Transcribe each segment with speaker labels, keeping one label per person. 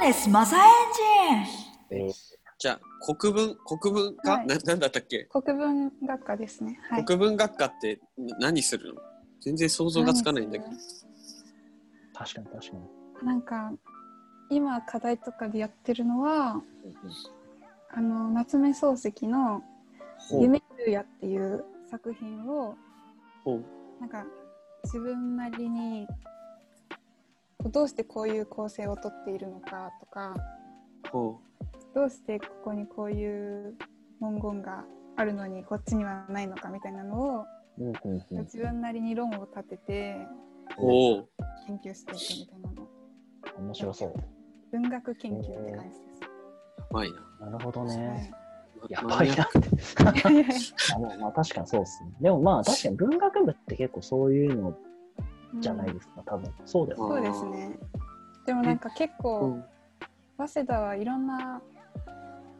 Speaker 1: ですマサエンジン
Speaker 2: じゃあ国文国文科、
Speaker 3: はい
Speaker 2: ななんだったっけ、
Speaker 3: 国文学科ですね。はい。
Speaker 2: 国文学科ってな何するの全然想像がつかないんだけど
Speaker 3: 何です
Speaker 4: 確かに確かに。
Speaker 3: かなんか今課題とかでやってるのはあの夏目漱石の「
Speaker 2: ほう
Speaker 3: 夢十夜」っていう作品を
Speaker 2: ほう
Speaker 3: なんか自分なりにどうしてこういう構成をとっているのかとか
Speaker 2: ほ
Speaker 3: どうしてここにこういう文言があるのにこっちにはないのかみたいなのを
Speaker 4: うんうんうん
Speaker 3: 自分なりに論を立てて
Speaker 2: うほう
Speaker 3: 研究していくみたいなの
Speaker 4: 面白そう。
Speaker 3: 文学研究って感じです。
Speaker 2: やばいな
Speaker 4: なるほどね。や
Speaker 2: ま
Speaker 4: ばいなって。
Speaker 3: はいいやいやいや
Speaker 4: あまあ、まあ確かにそうですね。でもまあ確かに文学部って結構そういうのじゃないですか、多分。そうだよね。
Speaker 3: そうですね。でもなんか結
Speaker 2: う
Speaker 3: 構
Speaker 2: ん
Speaker 3: 早稲田はいろんな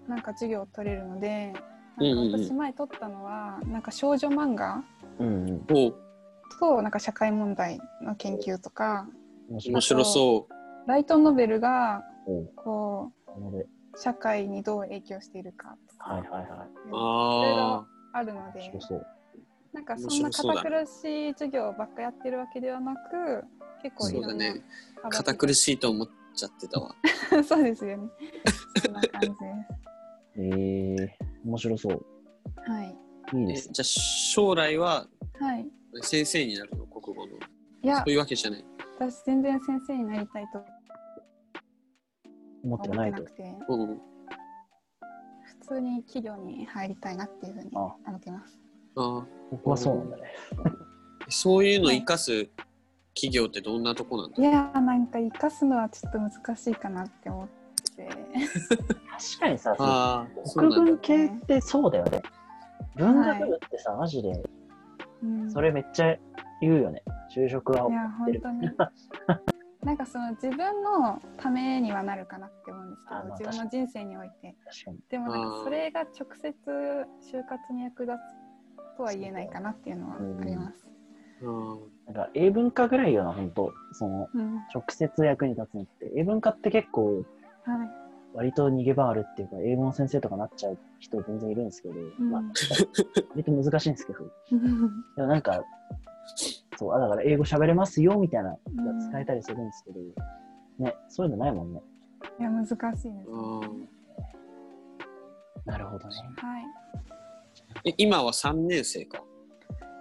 Speaker 3: なんか授業を取れるので、
Speaker 2: うん
Speaker 3: なん
Speaker 2: うんう
Speaker 3: か
Speaker 2: ん
Speaker 3: 私前取ったのはなんか少女漫画
Speaker 4: うんうん。
Speaker 2: ほう
Speaker 3: となんか社会問題の研究とか、
Speaker 4: 面白
Speaker 2: 面白そ
Speaker 3: ライトノベルが
Speaker 4: そう。
Speaker 3: こ
Speaker 4: なので、
Speaker 3: う社会にどう影響しているかとか、
Speaker 4: はいはいはい。
Speaker 2: うあ
Speaker 3: あるの
Speaker 4: 面
Speaker 3: で
Speaker 4: 白、そう。
Speaker 3: なんかそん
Speaker 2: 面白
Speaker 3: な
Speaker 2: そうだ
Speaker 3: 堅苦しい授業ばっかやってるわけではなく、結構い
Speaker 2: そう
Speaker 3: ろ
Speaker 2: だ
Speaker 3: んな
Speaker 2: ねあ堅苦しいと思っちゃってたわ
Speaker 3: い。 そうですよね。そんな感じです。
Speaker 4: えー、面白そう。
Speaker 3: はい。
Speaker 4: いい
Speaker 2: え
Speaker 4: ですね。
Speaker 2: じゃあ将来は
Speaker 3: はい。
Speaker 2: 先生になるの国語の
Speaker 3: いや
Speaker 2: そう、いうわけじゃない
Speaker 3: 私全然先生になりたいと
Speaker 4: 思って
Speaker 3: 思っ
Speaker 4: な
Speaker 3: て
Speaker 4: いと
Speaker 3: なく。て、
Speaker 2: うん
Speaker 3: 普通に企業に入りたいなっていうふうに
Speaker 4: あ
Speaker 3: 思ってます。
Speaker 2: あ
Speaker 4: 僕はそうなんだね。
Speaker 2: ーそういうの生かす企業ってどんなとこなんだ
Speaker 3: いやー、なんか生かすのはちょっと難しいかなって思って。
Speaker 4: 確かにさ、そ
Speaker 2: ああ
Speaker 4: う
Speaker 2: そう
Speaker 4: 国
Speaker 2: なんだ
Speaker 4: 文系ってそうだよね。文学部ってさ、マジで、
Speaker 3: うん。
Speaker 4: それめっちゃ言うよね。就職はい
Speaker 3: や本当 になんかその自分のためにはなるかなって思うんですけ
Speaker 4: あまあ
Speaker 3: ど自分の人生において
Speaker 4: 確かに。
Speaker 3: でもなん
Speaker 2: あー
Speaker 3: かそれが直接就活に役立つとは言えないかなっていうのはあります。
Speaker 2: うん
Speaker 4: なんか、英文化ぐらいよな、本当その、
Speaker 3: うん
Speaker 4: 直接役に立つのって。英文化って結構、
Speaker 3: はい
Speaker 4: 割と逃げ場あるっていうか、英語の先生とかなっちゃう人全然いるんですけど、
Speaker 3: うん
Speaker 4: まあ、割と難しいんですけど、 でもなんか、そう、あだから英語喋れますよみたいな、
Speaker 3: うん
Speaker 4: 使えたりするんですけど、ね、そういうのないもんね。
Speaker 3: いや難しいですね。
Speaker 2: うん
Speaker 4: なるほどね。
Speaker 3: はい
Speaker 2: え今は3年生か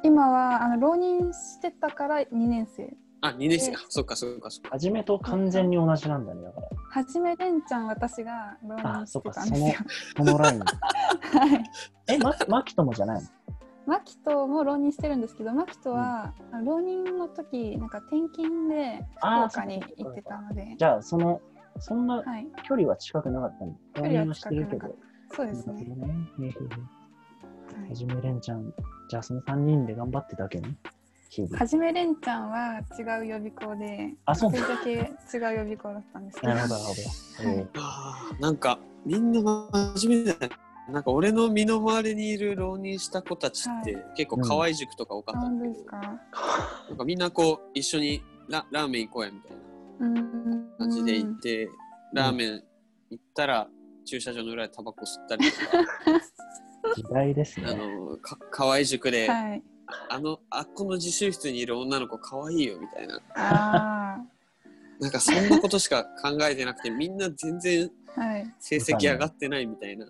Speaker 3: 今はあの浪人してたから2年生
Speaker 2: あ2年生か
Speaker 3: え
Speaker 2: そっかそっかそっか
Speaker 4: 初めと完全に同じなんだね、だから。
Speaker 3: はじめれんちゃん私が浪
Speaker 4: あそ
Speaker 3: 人し
Speaker 4: ってか、
Speaker 3: た
Speaker 4: そ
Speaker 3: んで
Speaker 4: の
Speaker 3: すよ。、
Speaker 4: この ライン。
Speaker 3: はい。
Speaker 4: え、ま、マキトもじゃないの
Speaker 3: マキトも浪人してるんですけどマキトは、あの浪人の時なんか転勤で福
Speaker 4: あー
Speaker 3: 岡に行ってたので
Speaker 4: じゃあ、その、そんな
Speaker 3: はい
Speaker 4: 距離は近くなかったの距
Speaker 3: 距離は近くなか
Speaker 4: け
Speaker 3: った
Speaker 4: ど。
Speaker 3: そうで
Speaker 4: な
Speaker 3: す
Speaker 4: るほ
Speaker 3: ね
Speaker 4: ど、ね。へへへ
Speaker 3: は
Speaker 4: はいじめれんちゃん、じゃあその3人で頑張ってたわけね。日々
Speaker 3: はじめれんちゃんは違う予備校で
Speaker 4: あそう
Speaker 3: 学生だけ違う予備校だったんですけど
Speaker 4: なるほど、なるほど。えー
Speaker 2: あーなんかみんな真面目だねなんか俺の身の回りにいる浪人した子たちって、結構河合塾とか多かったん
Speaker 3: 何
Speaker 2: だ
Speaker 3: で
Speaker 2: け
Speaker 3: す
Speaker 2: ど、
Speaker 3: か
Speaker 2: なんかみんなこう一緒にララーメン行こうやみたいな
Speaker 3: うん
Speaker 2: 感じで行って、ラーメン行ったら駐車場の裏でタバコ吸ったりと か
Speaker 4: 時代です
Speaker 2: あ
Speaker 4: ね。
Speaker 2: のか河合塾で、
Speaker 3: はい
Speaker 2: あのあっこの自習室にいる女の子可愛いよみたいな
Speaker 3: あ
Speaker 2: なんかそんなことしか考えてなくてみんな全然
Speaker 3: あはい
Speaker 2: 成績上がってないみたいな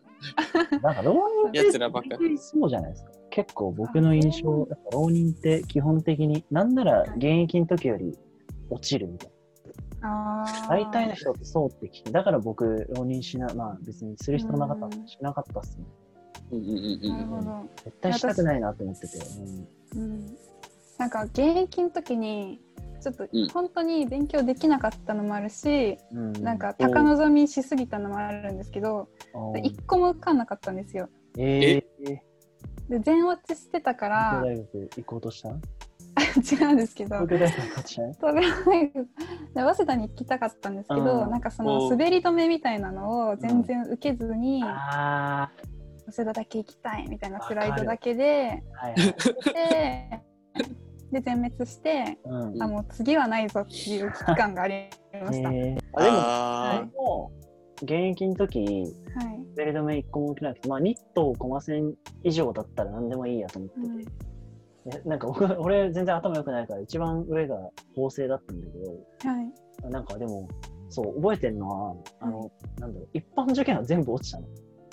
Speaker 4: なんか浪人って
Speaker 2: やつらばっか
Speaker 4: そうじゃないですか。結構僕の印象、やっぱ浪人って基本的に、なんなら現役の時より落ちるみたい
Speaker 3: あ
Speaker 4: な。
Speaker 3: あ
Speaker 4: 大体の人ってそうって聞き、だから僕、浪人しな、まあ別にする必要なかったしなかったっすね。
Speaker 2: うんうんうんう
Speaker 3: なる
Speaker 2: ん
Speaker 3: ほど、
Speaker 4: 絶対したくないなと思ってて。うん
Speaker 3: うん、なんか現役の時にちょっと
Speaker 2: うん
Speaker 3: 本当に勉強できなかったのもあるし、
Speaker 4: うん
Speaker 3: なんか高望みしすぎたのもあるんですけど、
Speaker 4: あー
Speaker 3: 一個も受かんなかったんですよ。
Speaker 4: えー、
Speaker 3: で全落ちしてたか
Speaker 4: 東京
Speaker 3: ら
Speaker 4: 大学行こうとした
Speaker 3: 違うんですけ
Speaker 4: 東
Speaker 3: ど
Speaker 4: 京大学行こうとした
Speaker 3: 東京大学で早稲田に行きたかったんですけど、
Speaker 4: うん
Speaker 3: なんかそ
Speaker 2: お
Speaker 3: の
Speaker 2: う
Speaker 3: 滑り止めみたいなのを全然受けずに、
Speaker 4: あ
Speaker 3: 早稲田だけ行きたいみたいなプライドだけで
Speaker 4: あ、はいはい。
Speaker 3: でで全滅して、
Speaker 4: うん
Speaker 3: あもう次はないぞっていう危機感がありました。
Speaker 4: えーあでも
Speaker 2: あ
Speaker 3: は
Speaker 2: ー
Speaker 3: い
Speaker 4: もう現役の時、
Speaker 3: はい。
Speaker 4: ベル止め一個も受けなくて、まあ、ニットをコマ線以上だったら何でもいいやと思ってて、
Speaker 3: うん
Speaker 4: でなんか僕 俺全然頭良くないから、一番上が縫製だったんだけど、
Speaker 3: はい。
Speaker 4: なんかでも、そう、覚えてるのは、あの、なんだろう、一般受験は全部落ちたの。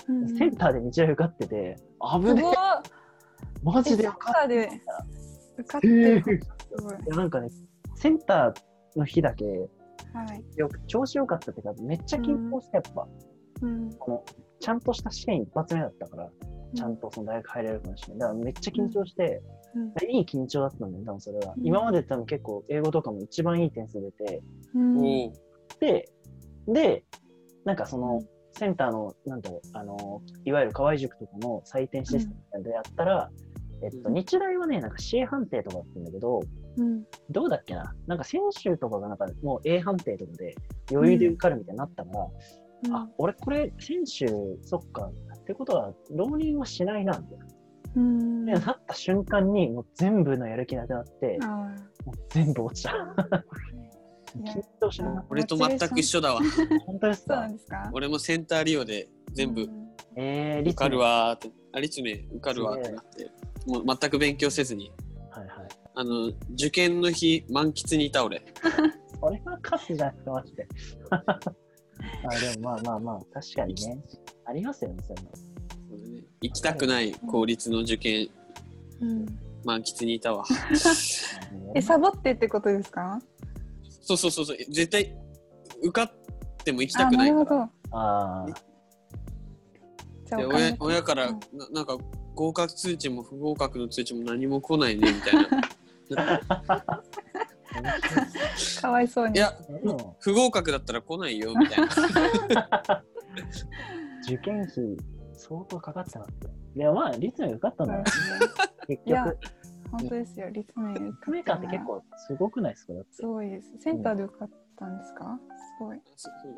Speaker 3: うん
Speaker 4: センターで日大受かってて、危
Speaker 3: す
Speaker 4: ね
Speaker 3: ごい
Speaker 4: え、マ
Speaker 3: え
Speaker 4: ジで
Speaker 3: セ
Speaker 4: 受
Speaker 3: ンタ
Speaker 4: かっ
Speaker 3: ーで受かってて
Speaker 4: る
Speaker 3: る
Speaker 4: い
Speaker 3: すごい。
Speaker 4: やなんかね、センターの日だけ、
Speaker 3: はい。
Speaker 4: よく調子良かったっていうか、めっちゃ緊張して、やっぱ、
Speaker 3: うん。
Speaker 4: ちゃんとした試験一発目だったから、ちゃんとその大学入れるかもしれない。だからめっちゃ緊張して、
Speaker 3: うん。
Speaker 4: いい緊張だったんだよ、多分それは。
Speaker 3: うん
Speaker 4: 今まで多分結構英語とかも一番いい点数出て、
Speaker 3: うん。
Speaker 2: おう
Speaker 4: で、で、なんかその、センターの、なんだろう、あの、いわゆる河合塾とかの採点システムでやったら、えっと、
Speaker 2: うん
Speaker 4: 日大はね、なんか C 判定とかだったんだけど、
Speaker 3: うん。
Speaker 4: どうだっけななんか選手とかがなんかもう A 判定とかで余裕で受かるみたいになったから、あ、俺これ選手、そっか、ってことは、浪人はしないな、みたいな。
Speaker 3: うん。
Speaker 4: でなった瞬間にもう全部のやる気なくなって、
Speaker 3: あ
Speaker 4: もう全部落ちた。
Speaker 3: ーいや
Speaker 4: 緊張しなかっ
Speaker 2: 俺と全く一緒だわ。
Speaker 4: た。本当です
Speaker 3: そうな
Speaker 4: か
Speaker 3: んですか
Speaker 2: 俺もセンター利用で全
Speaker 3: う
Speaker 2: 部
Speaker 3: ん
Speaker 4: えー、
Speaker 2: 受かる
Speaker 4: は。
Speaker 2: わーって、あ立命受かるわーってなって、もう全く勉強せずに、
Speaker 4: はいはい。
Speaker 2: あの、受験の日、満喫にいた俺。
Speaker 4: それはカスじゃなくて、マ ジで。あでもまあまあまあ、確かにね。ありますよね、そういうの。
Speaker 2: そうだね行きたくない公立の受験、
Speaker 3: うん
Speaker 2: 満喫にいたわ。
Speaker 3: え、サボってってことですか
Speaker 2: そうそうそうそう、絶対受かっても行きた
Speaker 3: あ、
Speaker 2: く
Speaker 3: な
Speaker 2: ない
Speaker 3: るほ
Speaker 2: から。
Speaker 3: ど。
Speaker 4: あー
Speaker 3: じゃあ
Speaker 2: で
Speaker 3: お金
Speaker 2: 親親から
Speaker 3: うん
Speaker 2: な、なんか合格通知も不合格の通知も何も来ないねみたい な。
Speaker 3: かわいそう
Speaker 2: い
Speaker 3: に。
Speaker 2: や、
Speaker 4: でも
Speaker 2: 不合格だったら来ないよみたいな。
Speaker 4: 受験費、相当かかってますね。でもまあ、立命受かったんだよ、結
Speaker 3: いや
Speaker 4: 局。
Speaker 3: 本当ですよ、立命受
Speaker 4: 立命
Speaker 3: か
Speaker 4: 館
Speaker 3: っ
Speaker 4: ったて結。
Speaker 3: な
Speaker 4: 構すごくないですかだって
Speaker 3: すごいです。センターで受かったんですか
Speaker 2: そう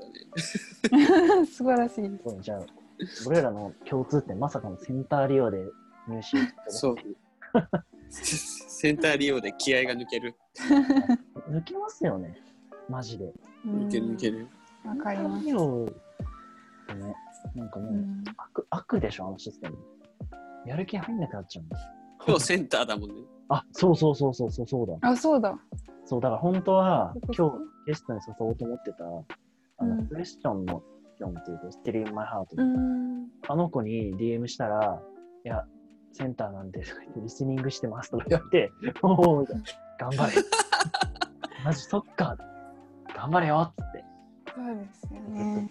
Speaker 2: だね。
Speaker 3: すごい。 素晴らしいです。
Speaker 4: そうじゃあ、俺らの共通点、まさかのセンター利用で入試。
Speaker 2: そう。センター利用で気合が抜ける。
Speaker 4: 抜けますよね、マジで。
Speaker 3: うん
Speaker 2: 抜ける抜ける。
Speaker 3: わかりま
Speaker 4: セ
Speaker 3: す
Speaker 4: ンター利。用ってね、なんかも
Speaker 3: う
Speaker 4: う、
Speaker 3: ん
Speaker 4: 悪、悪でしょ、あのシステム。やる気入んなくなっちゃうんです。
Speaker 2: 今日センターだもんね。
Speaker 4: あ、そうそうそうそうそう、そうだ。
Speaker 3: あ、そうだ。
Speaker 4: そう、だから本当は
Speaker 3: そういう、こと
Speaker 4: 今日ゲストに誘おうと思ってた、あの、
Speaker 3: うん
Speaker 4: クエスチョンの、クエスチョンっていうか、ステリーマイハート
Speaker 3: う。ん。
Speaker 4: あの子に DM したら、いや、センターなんで、とか言ってリスニングしてますとか言って、おお、みたいな頑張れ。 マジ、そっか。頑張れよっつって、
Speaker 3: そうですよ
Speaker 4: ずっと
Speaker 3: ね。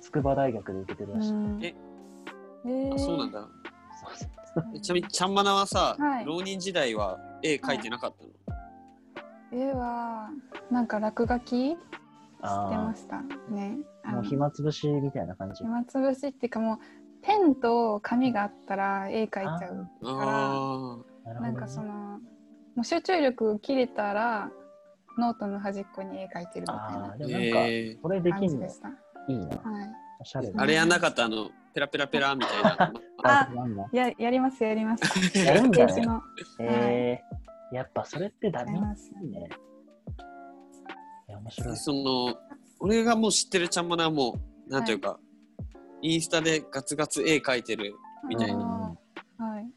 Speaker 4: 筑波大学で受けてる
Speaker 3: う
Speaker 4: らしい。
Speaker 3: ん。
Speaker 2: え
Speaker 3: ー
Speaker 2: あ、そうなんだ。
Speaker 4: そうそう
Speaker 2: えちなみにちゃんまなはさ、
Speaker 3: はい
Speaker 2: 浪人時代は絵描いてなかったの。
Speaker 3: 絵はなんか落書きして
Speaker 4: あ
Speaker 3: ましたね。
Speaker 4: あ、
Speaker 3: あ
Speaker 4: も
Speaker 3: の
Speaker 4: う暇つぶしみたいな感じ。
Speaker 3: 暇つぶしっていうかもうペンと紙があったら絵描いちゃう。
Speaker 2: あ
Speaker 4: なるほど
Speaker 3: な
Speaker 4: ね
Speaker 3: んかそのもう集中力切れたらノートの端っこに絵描いてるみたい
Speaker 4: あ
Speaker 3: な
Speaker 4: ー、
Speaker 2: あ
Speaker 4: でも
Speaker 2: ー。
Speaker 4: なんか、
Speaker 2: え
Speaker 4: これで
Speaker 3: 感
Speaker 4: き
Speaker 3: じ
Speaker 4: ん
Speaker 3: で
Speaker 4: の
Speaker 3: した。はい
Speaker 4: いな。おしゃれ
Speaker 2: ー
Speaker 4: だ。
Speaker 2: あれやんなかったあのペラペラペラみたいな。
Speaker 3: あ
Speaker 4: なんだ。
Speaker 3: ややりますやります。
Speaker 4: やるんだ
Speaker 3: ペ
Speaker 4: よ
Speaker 3: ージ
Speaker 4: ね。
Speaker 3: の
Speaker 4: えー、やっぱそれってダ
Speaker 3: や
Speaker 4: メ
Speaker 3: ります。
Speaker 4: ね。いや、面白い。
Speaker 2: その俺がもう知ってるちゃんまなはもうなんていうか、インスタでガツガツ絵描いてるみたい
Speaker 4: な
Speaker 3: あーはい。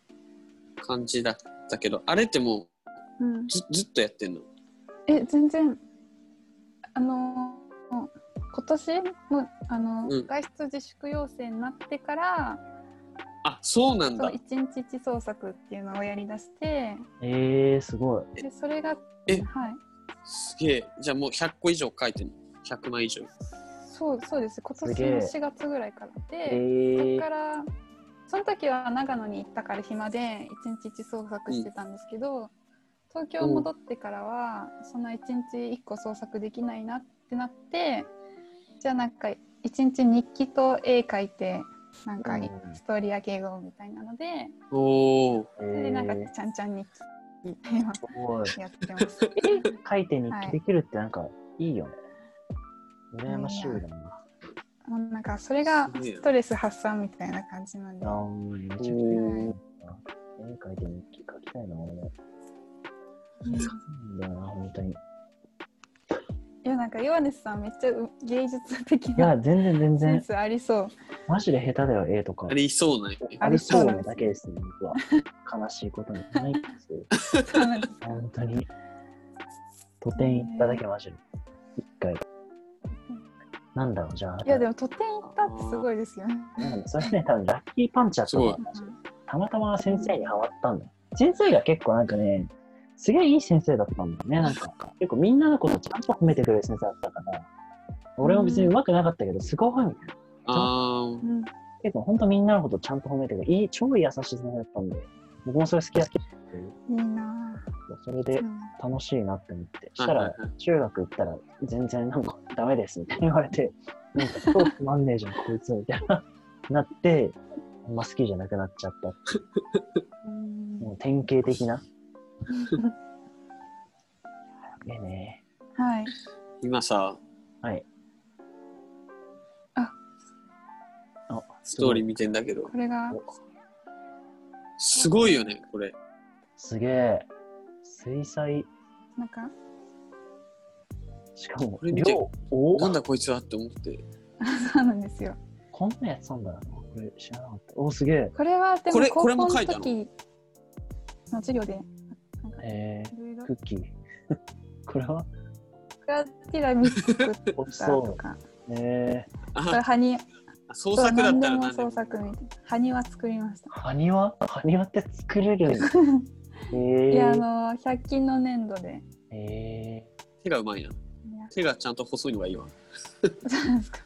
Speaker 2: 感じだったけどあれっても
Speaker 3: うん
Speaker 2: う。ずずっとやってんの
Speaker 3: え全然あの今年もあの、
Speaker 2: うん
Speaker 3: 外出自粛要請になってから
Speaker 2: あそうなん
Speaker 3: そ
Speaker 2: だ
Speaker 3: う一日一創作っていうのをやりだして
Speaker 4: えー、すごい。
Speaker 3: でそれが
Speaker 2: え
Speaker 3: はい
Speaker 2: すげえじゃあもう100個以上描いてるの100枚以上
Speaker 3: そうそうです今年
Speaker 4: すげえ
Speaker 3: の4月ぐらいから
Speaker 4: え
Speaker 3: で、そ
Speaker 4: ー
Speaker 3: こからその時は長野に行ったから暇で一日一創作してたんですけど、東京戻ってからはそんな一日一個創作できないなってなってじゃあなんか一日日記と絵描いてなんか
Speaker 4: うん
Speaker 3: ストーリー上げようみたいなので、
Speaker 2: おお
Speaker 4: え
Speaker 3: それでなんか
Speaker 4: ー、
Speaker 3: ちゃんちゃん日記っていうの
Speaker 4: すごい。
Speaker 3: をやってます。
Speaker 4: 書いて日
Speaker 3: はい
Speaker 4: 記できるってなんかいいよね。羨ましいだな。
Speaker 3: もうなんかそれが
Speaker 2: すげえ
Speaker 3: ストレス発散みたいな感じなんで
Speaker 4: あ。ーめちゃくちゃいい
Speaker 3: うん
Speaker 4: な。絵描いて日記書きたいな、俺。
Speaker 3: う
Speaker 4: いい
Speaker 3: ん
Speaker 4: んだよな、本当に。
Speaker 3: いやななんか岩根さんめっちゃう芸術的
Speaker 4: いや、
Speaker 3: な
Speaker 4: 全然全
Speaker 3: セン
Speaker 4: 然。
Speaker 3: スあ りそう。
Speaker 4: マジで下手だよ、絵とか
Speaker 2: あ。りそうなんよね。
Speaker 4: ありそうなだけですね、僕は。悲しいことにないですよ。
Speaker 3: そうなんです
Speaker 4: 本当に。都店行っただけマジで。一回。なんだろう、じゃあ。
Speaker 3: いやでも都店行ったってすごいですよね。
Speaker 4: なんだそれね、多分ラッキーパンチャーとか
Speaker 3: うん
Speaker 4: たまたま先生にハマったんだよ。先生が結構なんかね、すげえいい先生だったんだよね。なんか、結構みんなのことちゃんと褒めてくれる先生だったから、俺も別に上手くなかったけど、すごいみたいな。
Speaker 2: あー
Speaker 3: うん
Speaker 4: 結構本当みんなのことちゃんと褒めてくれる、いい、超優しい先生だったんで、僕もそれ好きだったけど
Speaker 3: いいな
Speaker 4: それ
Speaker 3: ぁ
Speaker 4: で
Speaker 3: うん
Speaker 4: 楽しいなって思って。し
Speaker 2: は
Speaker 4: た
Speaker 2: いはいは
Speaker 4: ら
Speaker 2: い、
Speaker 4: 中学行ったら全然なんかダメですみたいに言われて、なんか超つまんねえじゃん、こいつみたいな、なって、あんま好きじゃなくなっちゃった。
Speaker 3: うん
Speaker 4: もう典型的な。ええね。
Speaker 3: はい。
Speaker 2: 今さ、
Speaker 4: はい。
Speaker 3: あ
Speaker 4: あ、
Speaker 2: ストーリー見てんだけど、
Speaker 3: これが
Speaker 2: すごいよね、これ。
Speaker 4: すげえ。水彩、
Speaker 3: なんか
Speaker 4: しかも
Speaker 2: これ見て
Speaker 4: 量多
Speaker 2: なんだこいつはって思って。
Speaker 3: そうなんですよ。
Speaker 4: こんなやつなんだな。これ知らなかった。お、すげえ。
Speaker 3: これはで
Speaker 2: こ
Speaker 3: も
Speaker 2: れ
Speaker 3: 高
Speaker 2: これ
Speaker 3: 校
Speaker 2: も書
Speaker 3: の
Speaker 2: いたの
Speaker 3: 時の授業でなんかい
Speaker 4: え
Speaker 3: ろいろ
Speaker 4: ー、クッキー。 これは
Speaker 3: クラティラミ作
Speaker 4: 美
Speaker 3: っ
Speaker 4: 味した
Speaker 3: と
Speaker 4: そ
Speaker 3: か、
Speaker 4: う。え
Speaker 3: これ
Speaker 2: あ、
Speaker 3: ハニ
Speaker 2: 創作だったら
Speaker 3: 何
Speaker 2: 何
Speaker 3: で
Speaker 2: で
Speaker 3: も
Speaker 2: も
Speaker 3: 創。作みたいな。ハニは作りました
Speaker 4: ー、。埴輪埴輪って作れるんだ。えー、
Speaker 3: いやあの百均の粘土で。
Speaker 4: え
Speaker 2: 手がうまいな。
Speaker 3: いや
Speaker 2: 手がちゃんと細いのがいいわ。
Speaker 3: そうなんですか。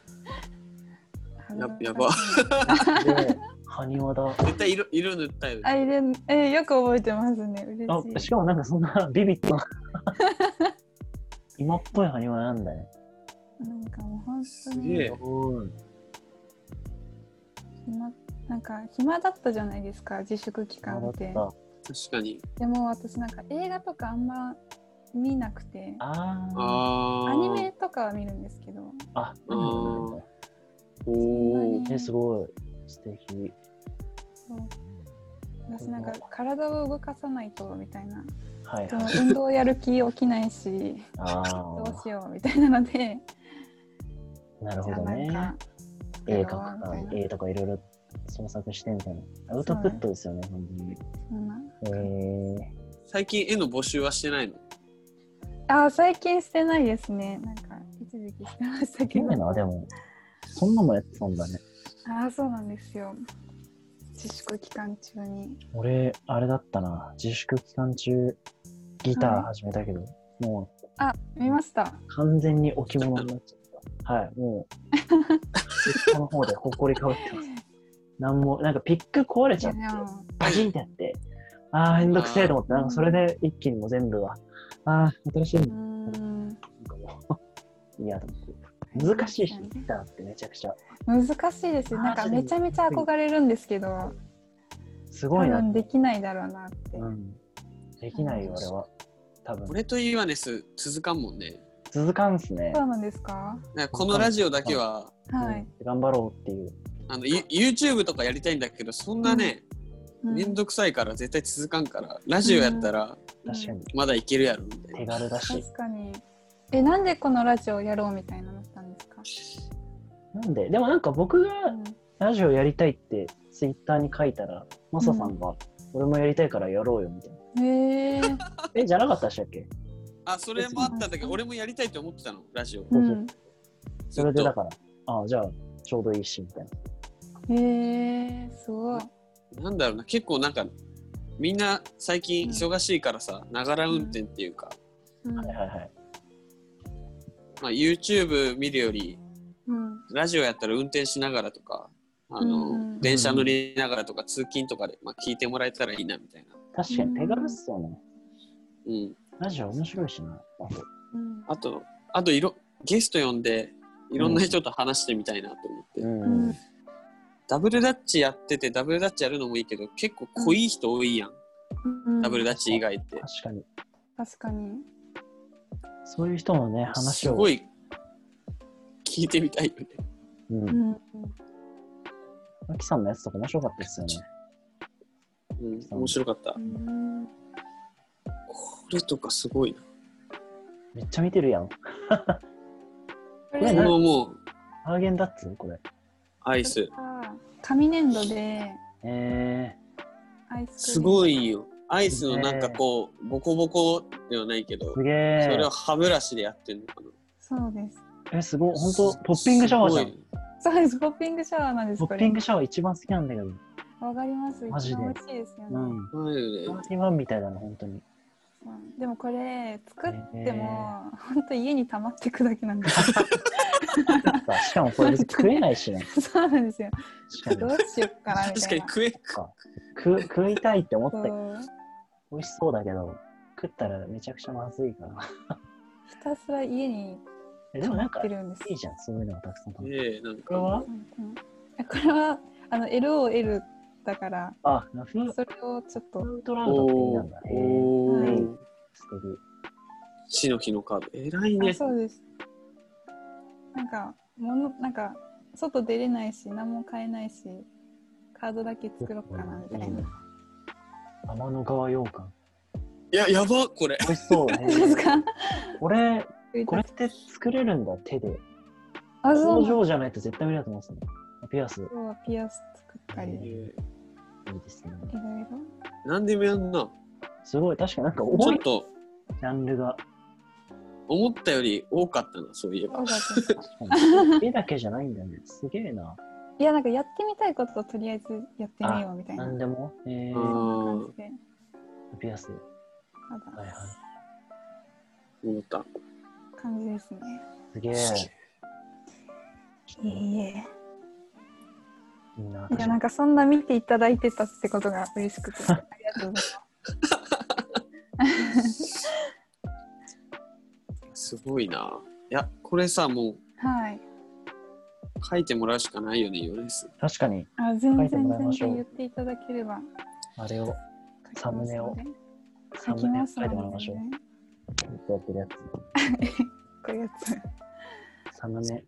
Speaker 2: ややば。
Speaker 4: ー、で、埴輪だ。
Speaker 2: 絶対色色塗ったよね。
Speaker 3: あいれえよく覚えてますね。
Speaker 4: あ
Speaker 3: 嬉し
Speaker 4: し
Speaker 3: い。
Speaker 4: かもなんかそんなビビッとな今っぽい埴輪なんだね。
Speaker 3: なんかもう本当
Speaker 2: すげ
Speaker 3: に
Speaker 2: え
Speaker 4: ごい。
Speaker 3: 暇なんか暇だったじゃないですか自粛期間
Speaker 4: だ
Speaker 3: っ。
Speaker 4: ってた。
Speaker 2: 確かに。
Speaker 3: でも私なんか映画とかあんま見なくて、
Speaker 4: あ
Speaker 2: あー。
Speaker 3: アニメとかは見るんですけど、
Speaker 4: ーあ。
Speaker 2: う
Speaker 4: うん
Speaker 2: ん。おー。
Speaker 4: え、すごい。素敵。
Speaker 3: そう私なんか体を動かさないとみたいな、
Speaker 4: はい
Speaker 3: そ
Speaker 4: は
Speaker 3: の
Speaker 4: い。
Speaker 3: 運動やる気起きないし、
Speaker 4: あ
Speaker 3: どう
Speaker 4: あ。
Speaker 3: しようみたいなので、
Speaker 4: なるほ
Speaker 3: じゃ
Speaker 4: ど
Speaker 3: あなん
Speaker 4: ね。
Speaker 3: か
Speaker 4: 絵描
Speaker 3: 作ろう
Speaker 4: くか
Speaker 3: みたいな
Speaker 4: 絵とかいろいろ創作してみたいな。アウトプットですよね、本
Speaker 3: そんな。
Speaker 4: 当に。え
Speaker 2: 最近絵の募集はしてないの
Speaker 3: あー最近してないですね。なんか一時期してました
Speaker 4: ー。
Speaker 3: け
Speaker 4: いい
Speaker 3: ど。
Speaker 4: な、でも。そんなもんやってたんだね。
Speaker 3: ああそうなんですよ。自粛期間中に。
Speaker 4: 俺、あれだったな。自粛期間中、ギター始めたけど、もう
Speaker 3: あ見ました。
Speaker 4: 完全に置物になっちゃった。はい、もう、 実家の方で埃かぶってます。なんも、なんかピック壊れちゃって
Speaker 3: い、やも
Speaker 4: バキンってやって、あー、めんどくせえと思って、なんかそれで一気にもう全部は、あー、新しいう
Speaker 3: うー
Speaker 4: の、
Speaker 3: ん
Speaker 4: なんかもう、い やと思って。難しいし、ギターってめちゃくちゃ。
Speaker 3: 難しいですよ。なんかめちゃめちゃ憧れるんですけど、
Speaker 4: す
Speaker 3: 多
Speaker 4: ごいな。
Speaker 3: 分できないだろうなって。
Speaker 4: うん。できないよ、俺は。多分。
Speaker 2: 俺とイワネス続かんもんね。
Speaker 4: 続かんっすね
Speaker 3: そ。うなんですか。
Speaker 2: なんかこのラジオだけは、
Speaker 3: はい。
Speaker 4: うん頑張ろうっていう。
Speaker 2: あの、ユ YouTube とかやりたいんだけど、そんなね、
Speaker 3: うん
Speaker 2: めんどくさいから絶対続かんから、ラジオやったら
Speaker 4: 確かに。
Speaker 2: まだいけるやろみたい
Speaker 4: 手
Speaker 2: な。
Speaker 4: 軽だし。
Speaker 3: 確かに。えなんでこのラジオやろうみたいなのったんですか。
Speaker 4: なんで、でもなんか僕が
Speaker 3: うん
Speaker 4: ラジオやりたいってツイッターに書いたら、マサさんが、俺もやりたいからやろうよみたいな。
Speaker 3: へえ。
Speaker 4: え、じゃなかったでしたっけ
Speaker 2: あ、それもあったんだけど、俺もやりたいと思ってたの、ラジオ。
Speaker 3: うん
Speaker 4: それでだから、ああ、じゃあちょうどいいしみたいな。
Speaker 3: へえすごい。
Speaker 2: なんだろうな、結構なんか、みんな最近
Speaker 3: うん
Speaker 2: 忙しいからさ、ながら運転っていうか、
Speaker 3: うん
Speaker 4: はいはいはい。
Speaker 2: まあ、YouTube 見るより、
Speaker 3: うん
Speaker 2: ラジオやったら運転しながらとか、あの、
Speaker 3: うんうん
Speaker 2: 電車乗りながらとか、通勤とかで、まあ、聞いてもらえたらいいなみたいな。
Speaker 4: 確かに手軽っすよね。
Speaker 2: うん。
Speaker 4: ラジオ面白いしな。
Speaker 3: うん
Speaker 2: あと、あといろ、ゲスト呼んで、いろんな人と話してみたいなと思って。
Speaker 4: うん。
Speaker 3: うん
Speaker 2: ダブルダッチやってて、ダブルダッチやるのもいいけど、結構濃い人多いやん。
Speaker 3: うん
Speaker 2: ダブルダッチ以外って。
Speaker 4: 確かに。
Speaker 3: 確かに。
Speaker 4: そういう人のね、話
Speaker 2: す
Speaker 4: を。
Speaker 2: ごい、聞いてみたいよね。
Speaker 4: う。
Speaker 3: うんん。
Speaker 4: アキさんのやつとか面白かったですよね。
Speaker 2: うん、面白かった
Speaker 3: う。ん
Speaker 2: これとかすごいな。
Speaker 4: めっちゃ見てるやん。
Speaker 3: こ
Speaker 2: こ
Speaker 3: れ
Speaker 4: な
Speaker 3: が
Speaker 2: のもう
Speaker 4: ハーゲンダッツこれ。
Speaker 2: アイス。
Speaker 3: 紙粘土で
Speaker 4: え
Speaker 3: アイス
Speaker 2: す
Speaker 3: クリーム
Speaker 2: ごいよ。アイスのなんかこう、ボコボコではないけど
Speaker 4: ー、、すげ
Speaker 2: それ
Speaker 4: え
Speaker 2: を。歯ブラシでやってるのかな。
Speaker 3: そうです
Speaker 4: え、すごい。本当トッピングシャワーじゃん。
Speaker 2: ん。
Speaker 3: そうですポッピングシャワーなんです
Speaker 4: ト
Speaker 3: こ
Speaker 4: ッピン
Speaker 3: れ
Speaker 4: グシャワー一番好きなんだけど。う
Speaker 3: わかります
Speaker 4: マジ
Speaker 3: 一
Speaker 4: で
Speaker 3: 番美味しいですよね、
Speaker 4: ん。
Speaker 2: マジで
Speaker 4: サーティワンみたいだな、本当に。
Speaker 3: うんでもこれ作っても本当家に溜まってくだけなんです よ
Speaker 4: さしかもこれ別に食えないしね。
Speaker 3: そうなんですよ
Speaker 4: しか
Speaker 3: ど
Speaker 4: も
Speaker 3: うしよっかな
Speaker 2: 確
Speaker 3: みた
Speaker 2: か
Speaker 3: い
Speaker 2: に
Speaker 3: な
Speaker 2: 食え、
Speaker 4: 食食いたいって思ったけど
Speaker 3: そう
Speaker 4: 美味しそうだけど、食ったらめちゃくちゃまずいから。
Speaker 3: ひたすら家に
Speaker 4: えで
Speaker 3: 溜
Speaker 4: も
Speaker 3: ま
Speaker 4: なん
Speaker 3: っ
Speaker 4: か
Speaker 3: て
Speaker 4: い
Speaker 3: るんです
Speaker 4: いじゃん、そういうのがたくさん食べて。
Speaker 2: ねえ、なん
Speaker 4: これは
Speaker 2: か。
Speaker 3: うんうんこれはあの LOL だから
Speaker 4: あ、ラフ
Speaker 3: それをちょっと
Speaker 4: ウントラウンドって意味な
Speaker 2: おー
Speaker 4: んだ。へー
Speaker 2: お
Speaker 3: はい
Speaker 2: ー。
Speaker 4: 素敵。
Speaker 2: 死の日のカード。偉い
Speaker 3: あ
Speaker 2: ね。
Speaker 3: そうですなんかものなんか外出れないし何も買えないしカードだけ作ろうかなみたいな、
Speaker 4: 天の川羊羹。
Speaker 2: いや、やば、これ。
Speaker 4: 美味しそう。
Speaker 3: ど うで
Speaker 4: ね
Speaker 3: すか
Speaker 4: 俺、これって作れるんだ、手で。
Speaker 3: あそ
Speaker 4: 工
Speaker 3: うなんだ
Speaker 4: 場じゃないと絶対無理だと思うんですよね。ピアス、い
Speaker 3: 今日はピアス作ったりい
Speaker 4: え
Speaker 3: ろい
Speaker 4: いですね。
Speaker 3: ろ
Speaker 2: 何でもやんな。
Speaker 4: すごい、確かになんか
Speaker 2: ち
Speaker 4: 多
Speaker 2: ょっ
Speaker 4: い
Speaker 2: と、
Speaker 4: ジャンルが。
Speaker 2: 思ったより多かったな、そういえば。
Speaker 3: 多かったですか
Speaker 4: 絵だけじゃないんだよね。すげえな。
Speaker 3: いやなんかやってみたいことをとりあえずやってみようみたいな
Speaker 4: なんでも。え
Speaker 2: うん
Speaker 4: ー、
Speaker 3: そんな感じで
Speaker 4: ピアス。
Speaker 3: ま
Speaker 4: はいはい
Speaker 3: だ。
Speaker 2: 思った。
Speaker 3: 感じですね
Speaker 4: すげえ。
Speaker 2: 好き
Speaker 3: いえいえ
Speaker 4: いいな。
Speaker 3: いやなんかそんな見ていただいてたってことが嬉しく てありがとうございます
Speaker 2: すごいな。いや、これさ、も
Speaker 3: はい
Speaker 2: 書いてもらうしかないよね、ヨネス。
Speaker 4: 確かに、
Speaker 3: いあ全
Speaker 4: 書
Speaker 3: 然
Speaker 4: いてもらい
Speaker 3: 全
Speaker 4: ましょう
Speaker 3: 然言っていただければ
Speaker 4: あれを
Speaker 3: 書きますので
Speaker 4: サムネを
Speaker 3: 書きます
Speaker 4: サムネ書いてもらい
Speaker 3: の
Speaker 4: まし
Speaker 3: で
Speaker 4: ょう
Speaker 3: ね
Speaker 4: やってるや
Speaker 3: こういうやつ
Speaker 4: つ。サムネ。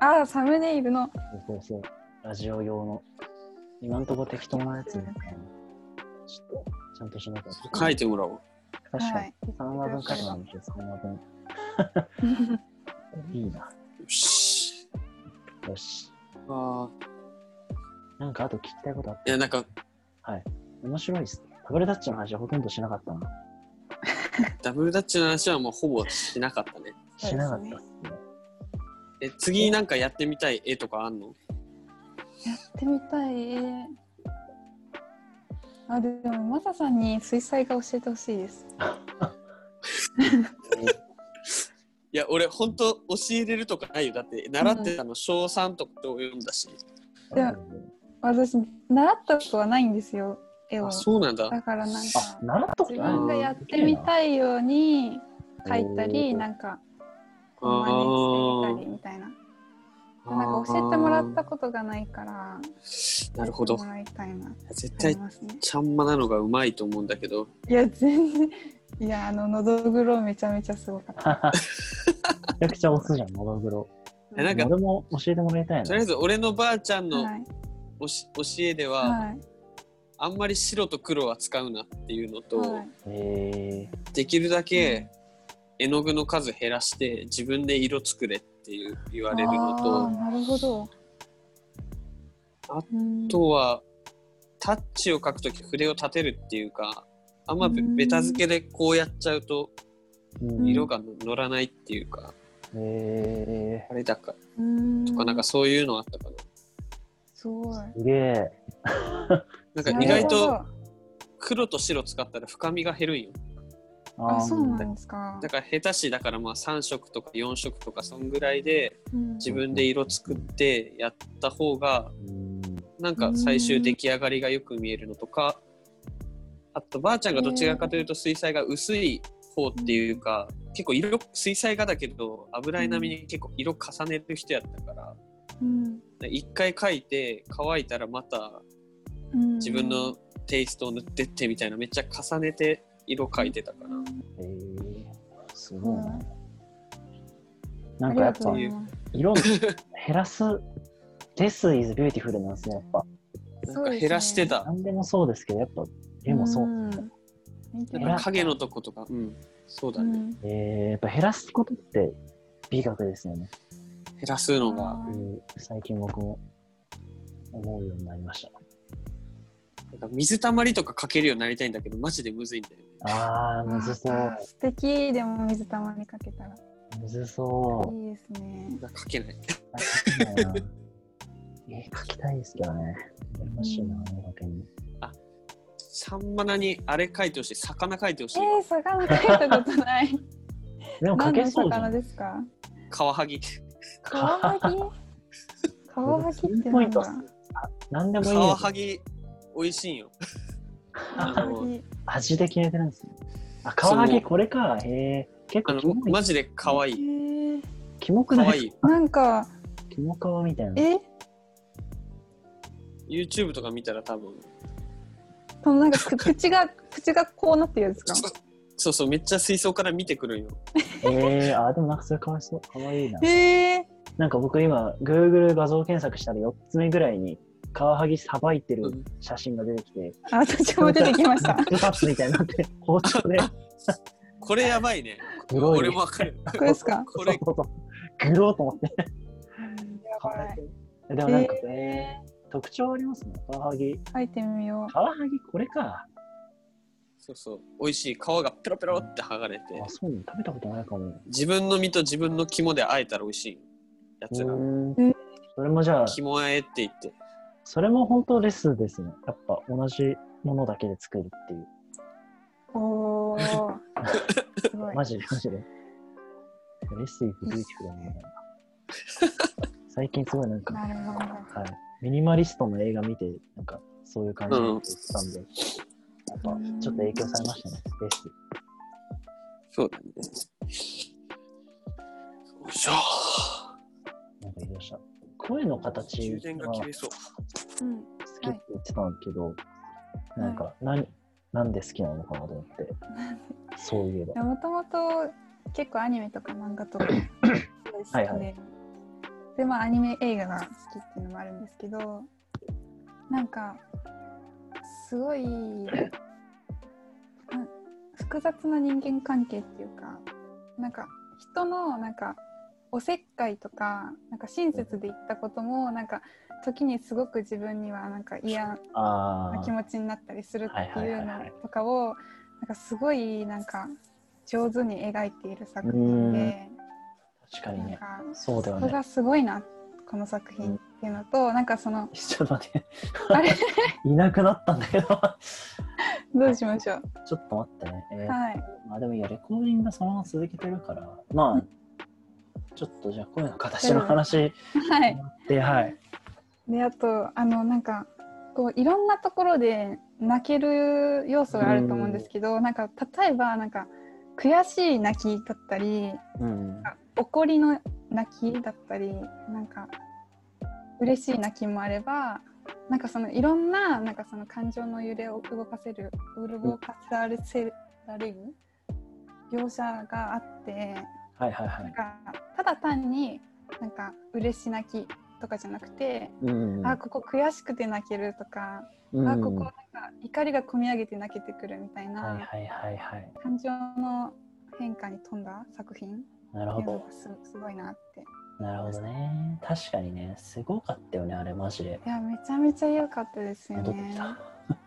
Speaker 3: あーサムネイルの
Speaker 4: そうそう。ラジオ用の。今んとこ適当なやつみたいな。ちょっと、ちゃんとしなきゃ。
Speaker 2: 書いてもらおう。
Speaker 4: 確か
Speaker 3: は
Speaker 4: に。
Speaker 3: い
Speaker 4: 3話分書いてもらうけど、3話分。いいな。
Speaker 2: よし。
Speaker 4: よし。
Speaker 2: あー
Speaker 4: なんかあと聞きたいことあっ
Speaker 2: い
Speaker 4: た
Speaker 2: や、なんか、
Speaker 4: 面白いっす。タブレタッチの話はほとんどしなかったな。
Speaker 2: ダブルダッチの話はもうほぼしなかったね。
Speaker 3: そうですね
Speaker 4: しなかったっすね。
Speaker 2: え、次なんかやってみたい絵とかあんの
Speaker 3: やってみたい絵あでもマサさんに水彩画教えてほしいです
Speaker 2: いや、俺、ほんと教えれるとかないよ。だって、習ってたの、小3とかと読んだし。
Speaker 3: いや私習ったことはないんですよ絵を
Speaker 2: あ、そうなんだ。
Speaker 3: だからなん
Speaker 4: あ
Speaker 3: か、
Speaker 4: 習ったこと
Speaker 3: 自
Speaker 4: ない
Speaker 3: 分がやってみたいように描いた
Speaker 4: お
Speaker 3: り
Speaker 4: ー
Speaker 3: なんかこう真似してみたりみたいななんか教えてもらったことがないから
Speaker 2: となるほど
Speaker 3: 教え。てもらいたいなって
Speaker 2: 絶
Speaker 3: あり
Speaker 2: 対、
Speaker 3: ますね
Speaker 2: ちゃんまなのがうまいと思うんだけど。
Speaker 3: いや全然いやあののどぐろめちゃめちゃすごかった
Speaker 4: めちゃくちゃ押すじゃん、ノドグロ。
Speaker 2: えなんか
Speaker 4: 俺も教えてもらいたいな。
Speaker 2: とりあえず、俺のばあちゃんの
Speaker 3: はい
Speaker 2: おし教えでは、
Speaker 3: はい
Speaker 2: あんまり白と黒は使うなっていうのと、
Speaker 3: はい
Speaker 4: え
Speaker 2: できるだけ絵の具の数減らして自分で色作れっていう言われるの
Speaker 3: あ
Speaker 2: と
Speaker 3: ーなるほど
Speaker 2: あ
Speaker 3: うん
Speaker 2: あとはタッチを描くとき筆を立てるっていうかあんまべ
Speaker 3: うん
Speaker 2: ベタ付けでこうやっちゃうと
Speaker 4: ーうん
Speaker 2: 色がの乗らないっていうか、
Speaker 4: え
Speaker 2: あれだか
Speaker 3: うん
Speaker 2: とかなんかそういうのあったか
Speaker 3: すごい
Speaker 4: ーすげえ。う
Speaker 2: ななんんか意外
Speaker 3: な
Speaker 2: と
Speaker 3: るほど
Speaker 2: 黒と白使ったら深みが減るんよ
Speaker 3: あ
Speaker 4: ー
Speaker 3: そうなんですか
Speaker 2: だから下手しだからまあ3色とか4色とかそんぐらいで
Speaker 3: うん
Speaker 2: 自分で色作ってやった方が
Speaker 4: うん
Speaker 2: なんか最終出来上がりがよく見えるのとか、あとばあちゃんがどちらかというと水彩画薄い方っていうか、結構色水彩画だけど油絵並みに結構色重ねる人やったから
Speaker 3: うん
Speaker 2: で一回描いて乾いたらまた
Speaker 3: うん
Speaker 2: 自分のテイストを塗ってってみたいなめっちゃ重ねて色描いてたかな。
Speaker 4: えーす
Speaker 3: う
Speaker 4: ごい
Speaker 3: ん
Speaker 4: な。
Speaker 3: あ
Speaker 4: なん
Speaker 3: り
Speaker 4: かや
Speaker 3: が
Speaker 4: っ
Speaker 3: と
Speaker 4: ぱ
Speaker 3: うございます
Speaker 4: 色を減らす、This is beautiful なんですね、やっぱ。
Speaker 2: な
Speaker 3: そ
Speaker 2: ん
Speaker 3: う
Speaker 2: か
Speaker 3: ですね
Speaker 2: 減らしてた、
Speaker 4: 何でもそうですけど、やっぱ絵もそう。
Speaker 3: ん見て
Speaker 4: ん
Speaker 3: る
Speaker 2: なんか影のとことか、うん、そうだ
Speaker 3: う
Speaker 2: ね、
Speaker 3: ん
Speaker 4: えーやっぱ減らすことって美学ですよね。
Speaker 2: 減らすのが
Speaker 4: うん最近僕も思うようになりました。
Speaker 2: なんか水たまりとかかけるようになりたいんだけどマジでむずいんだよね
Speaker 4: あー、むずそう。
Speaker 3: 素敵でも水たまにかけたらい
Speaker 4: むずそ。
Speaker 3: いですね。
Speaker 2: なんか書けないう
Speaker 4: 絵描きたいですけどね。羨ましいな、絵描けに。
Speaker 2: サンマナにあれ書いてほしい魚書いてほしい
Speaker 3: えー、魚描いたことない。
Speaker 4: でも描
Speaker 3: 何
Speaker 4: け
Speaker 3: の
Speaker 4: そうじゃ
Speaker 3: 魚
Speaker 4: ん。
Speaker 3: です か？
Speaker 2: カワハギ
Speaker 3: カワハギ？カワハギって
Speaker 4: ポイ
Speaker 3: なん
Speaker 4: ント
Speaker 3: だ
Speaker 4: っす。何でもいい
Speaker 2: カ
Speaker 4: んで
Speaker 2: ワ
Speaker 4: すよ
Speaker 2: ハギ美味しいんよ
Speaker 3: カ ワハギ。
Speaker 4: 味で決めてるんですね。あ、カワハギ
Speaker 2: そう
Speaker 4: これか。へえ。結構
Speaker 2: あの
Speaker 4: キモい
Speaker 2: マジで可愛
Speaker 3: え
Speaker 2: い
Speaker 3: ー、
Speaker 4: キモく
Speaker 2: 可
Speaker 4: ない
Speaker 2: 愛い
Speaker 3: なんか
Speaker 4: キモカワみたいな。
Speaker 3: え、
Speaker 2: YouTube とか見たら多分
Speaker 3: そのなんかく口が口がこうなってるんですか？
Speaker 2: そうそうめっちゃ水槽から見てくるんよ
Speaker 4: えー、あ、でもなんかそれかわいそう。かわいいな。
Speaker 3: えー、
Speaker 4: なんか僕今、Google 画像検索したら4つ目ぐらいに、カワハギさばいてる写真が出てきて、
Speaker 3: あ私も出てきました。
Speaker 4: スタッフみたいになって、包丁で、
Speaker 2: これやばいね
Speaker 4: グロい。
Speaker 2: 俺もわかる
Speaker 3: これですか？
Speaker 2: これ
Speaker 4: そうそうそうグローと思って。
Speaker 3: や
Speaker 4: カワ
Speaker 3: ば
Speaker 4: ハ
Speaker 3: い。
Speaker 4: ギでもなんか、えー特徴ありますね。カワハギ。
Speaker 3: 書いてみよ
Speaker 4: カワハギこれか。
Speaker 2: そうそう美味しい皮がペロペロって剥がれて
Speaker 4: あ、そうね。食べたことないかも。
Speaker 2: 自分の身と自分の肝であえたら美味しいやつ
Speaker 4: う
Speaker 2: が
Speaker 4: ーんそれもじゃあ、
Speaker 2: 肝あえって言って
Speaker 4: それも本当レスですね。やっぱ同じものだけで作るっていう。
Speaker 3: う。おお。すごい。
Speaker 4: マジでマジで。レスイズビューティフルだ ね。最近すごいなんか、
Speaker 3: なるほど。
Speaker 4: はい、ミニマリストの映画見て、なんかそういう感じになってたんで、やっぱちょっと影響されましたね、レス。
Speaker 2: そうだねよいしょ
Speaker 4: なんか言いました。声の形
Speaker 2: 充
Speaker 4: は
Speaker 2: 電が切れそう
Speaker 3: うん。
Speaker 4: 好きって言ってたんだけど、なんか何、なんで好きなのかなと思って、そういえば。
Speaker 3: もともと結構アニメとか漫画 とかすごい好きで、
Speaker 4: はいは
Speaker 3: でまあアニメ映画が好きっていうのもあるんですけどなんかすごいなん複雑な人間関係っていうかなんか人のなんかおせっかいとかなんか親切で言ったこともなんか時にすごく自分にはなんか嫌な
Speaker 4: あ
Speaker 3: な気
Speaker 4: あ、
Speaker 3: 持ちになったりするって
Speaker 4: はい
Speaker 3: い
Speaker 4: は
Speaker 3: う
Speaker 4: いはいはい
Speaker 3: のとかをなんかすごいなんか上手に描いている作品で
Speaker 4: 確かに
Speaker 3: なん
Speaker 4: ね。
Speaker 3: か
Speaker 4: そうだよ
Speaker 3: そ
Speaker 4: ね。
Speaker 3: れがすごいなこの作品っていうのとなんかその
Speaker 4: ちょっと待って、
Speaker 3: あ れ
Speaker 4: いなくなったんだけど、
Speaker 3: どうしましょう
Speaker 4: ちょっと待ってね。えー
Speaker 3: はい
Speaker 4: まあでもいや、レコーディングがそのまま続けてるから、まあ、ちょっとじゃあ声の形の話
Speaker 3: はい
Speaker 4: で、はい。
Speaker 3: であとあのなんかこういろんなところで泣ける要素があると思うんですけどなんか例えばなんか悔しい泣きだったり
Speaker 4: うん。
Speaker 3: なんか怒りの泣きだったりなんか嬉しい泣きもあればなんかそのいろんななんかその感情の揺れを動かせる動かされせられる描写があって
Speaker 4: はいはいは
Speaker 3: なん
Speaker 4: い。
Speaker 3: かただ単になんか嬉し泣きとかじゃなくて、
Speaker 4: うん。
Speaker 3: あここ悔しくて泣けるとか、
Speaker 4: うん
Speaker 3: あここなんか怒りがこみ上げて泣けてくるみたい
Speaker 4: はい
Speaker 3: な
Speaker 4: はいはいはい。
Speaker 3: 感情の変化に富んだ作品
Speaker 4: なる
Speaker 3: って
Speaker 4: ほ
Speaker 3: いう
Speaker 4: ど
Speaker 3: のが。すすごいなって
Speaker 4: なるほどね。確かにね、すごかったよね、あれ、マジで。
Speaker 3: いやめちゃめちゃ良かったですよ
Speaker 4: 戻って
Speaker 3: ね。
Speaker 4: き
Speaker 3: なん
Speaker 4: た
Speaker 3: か。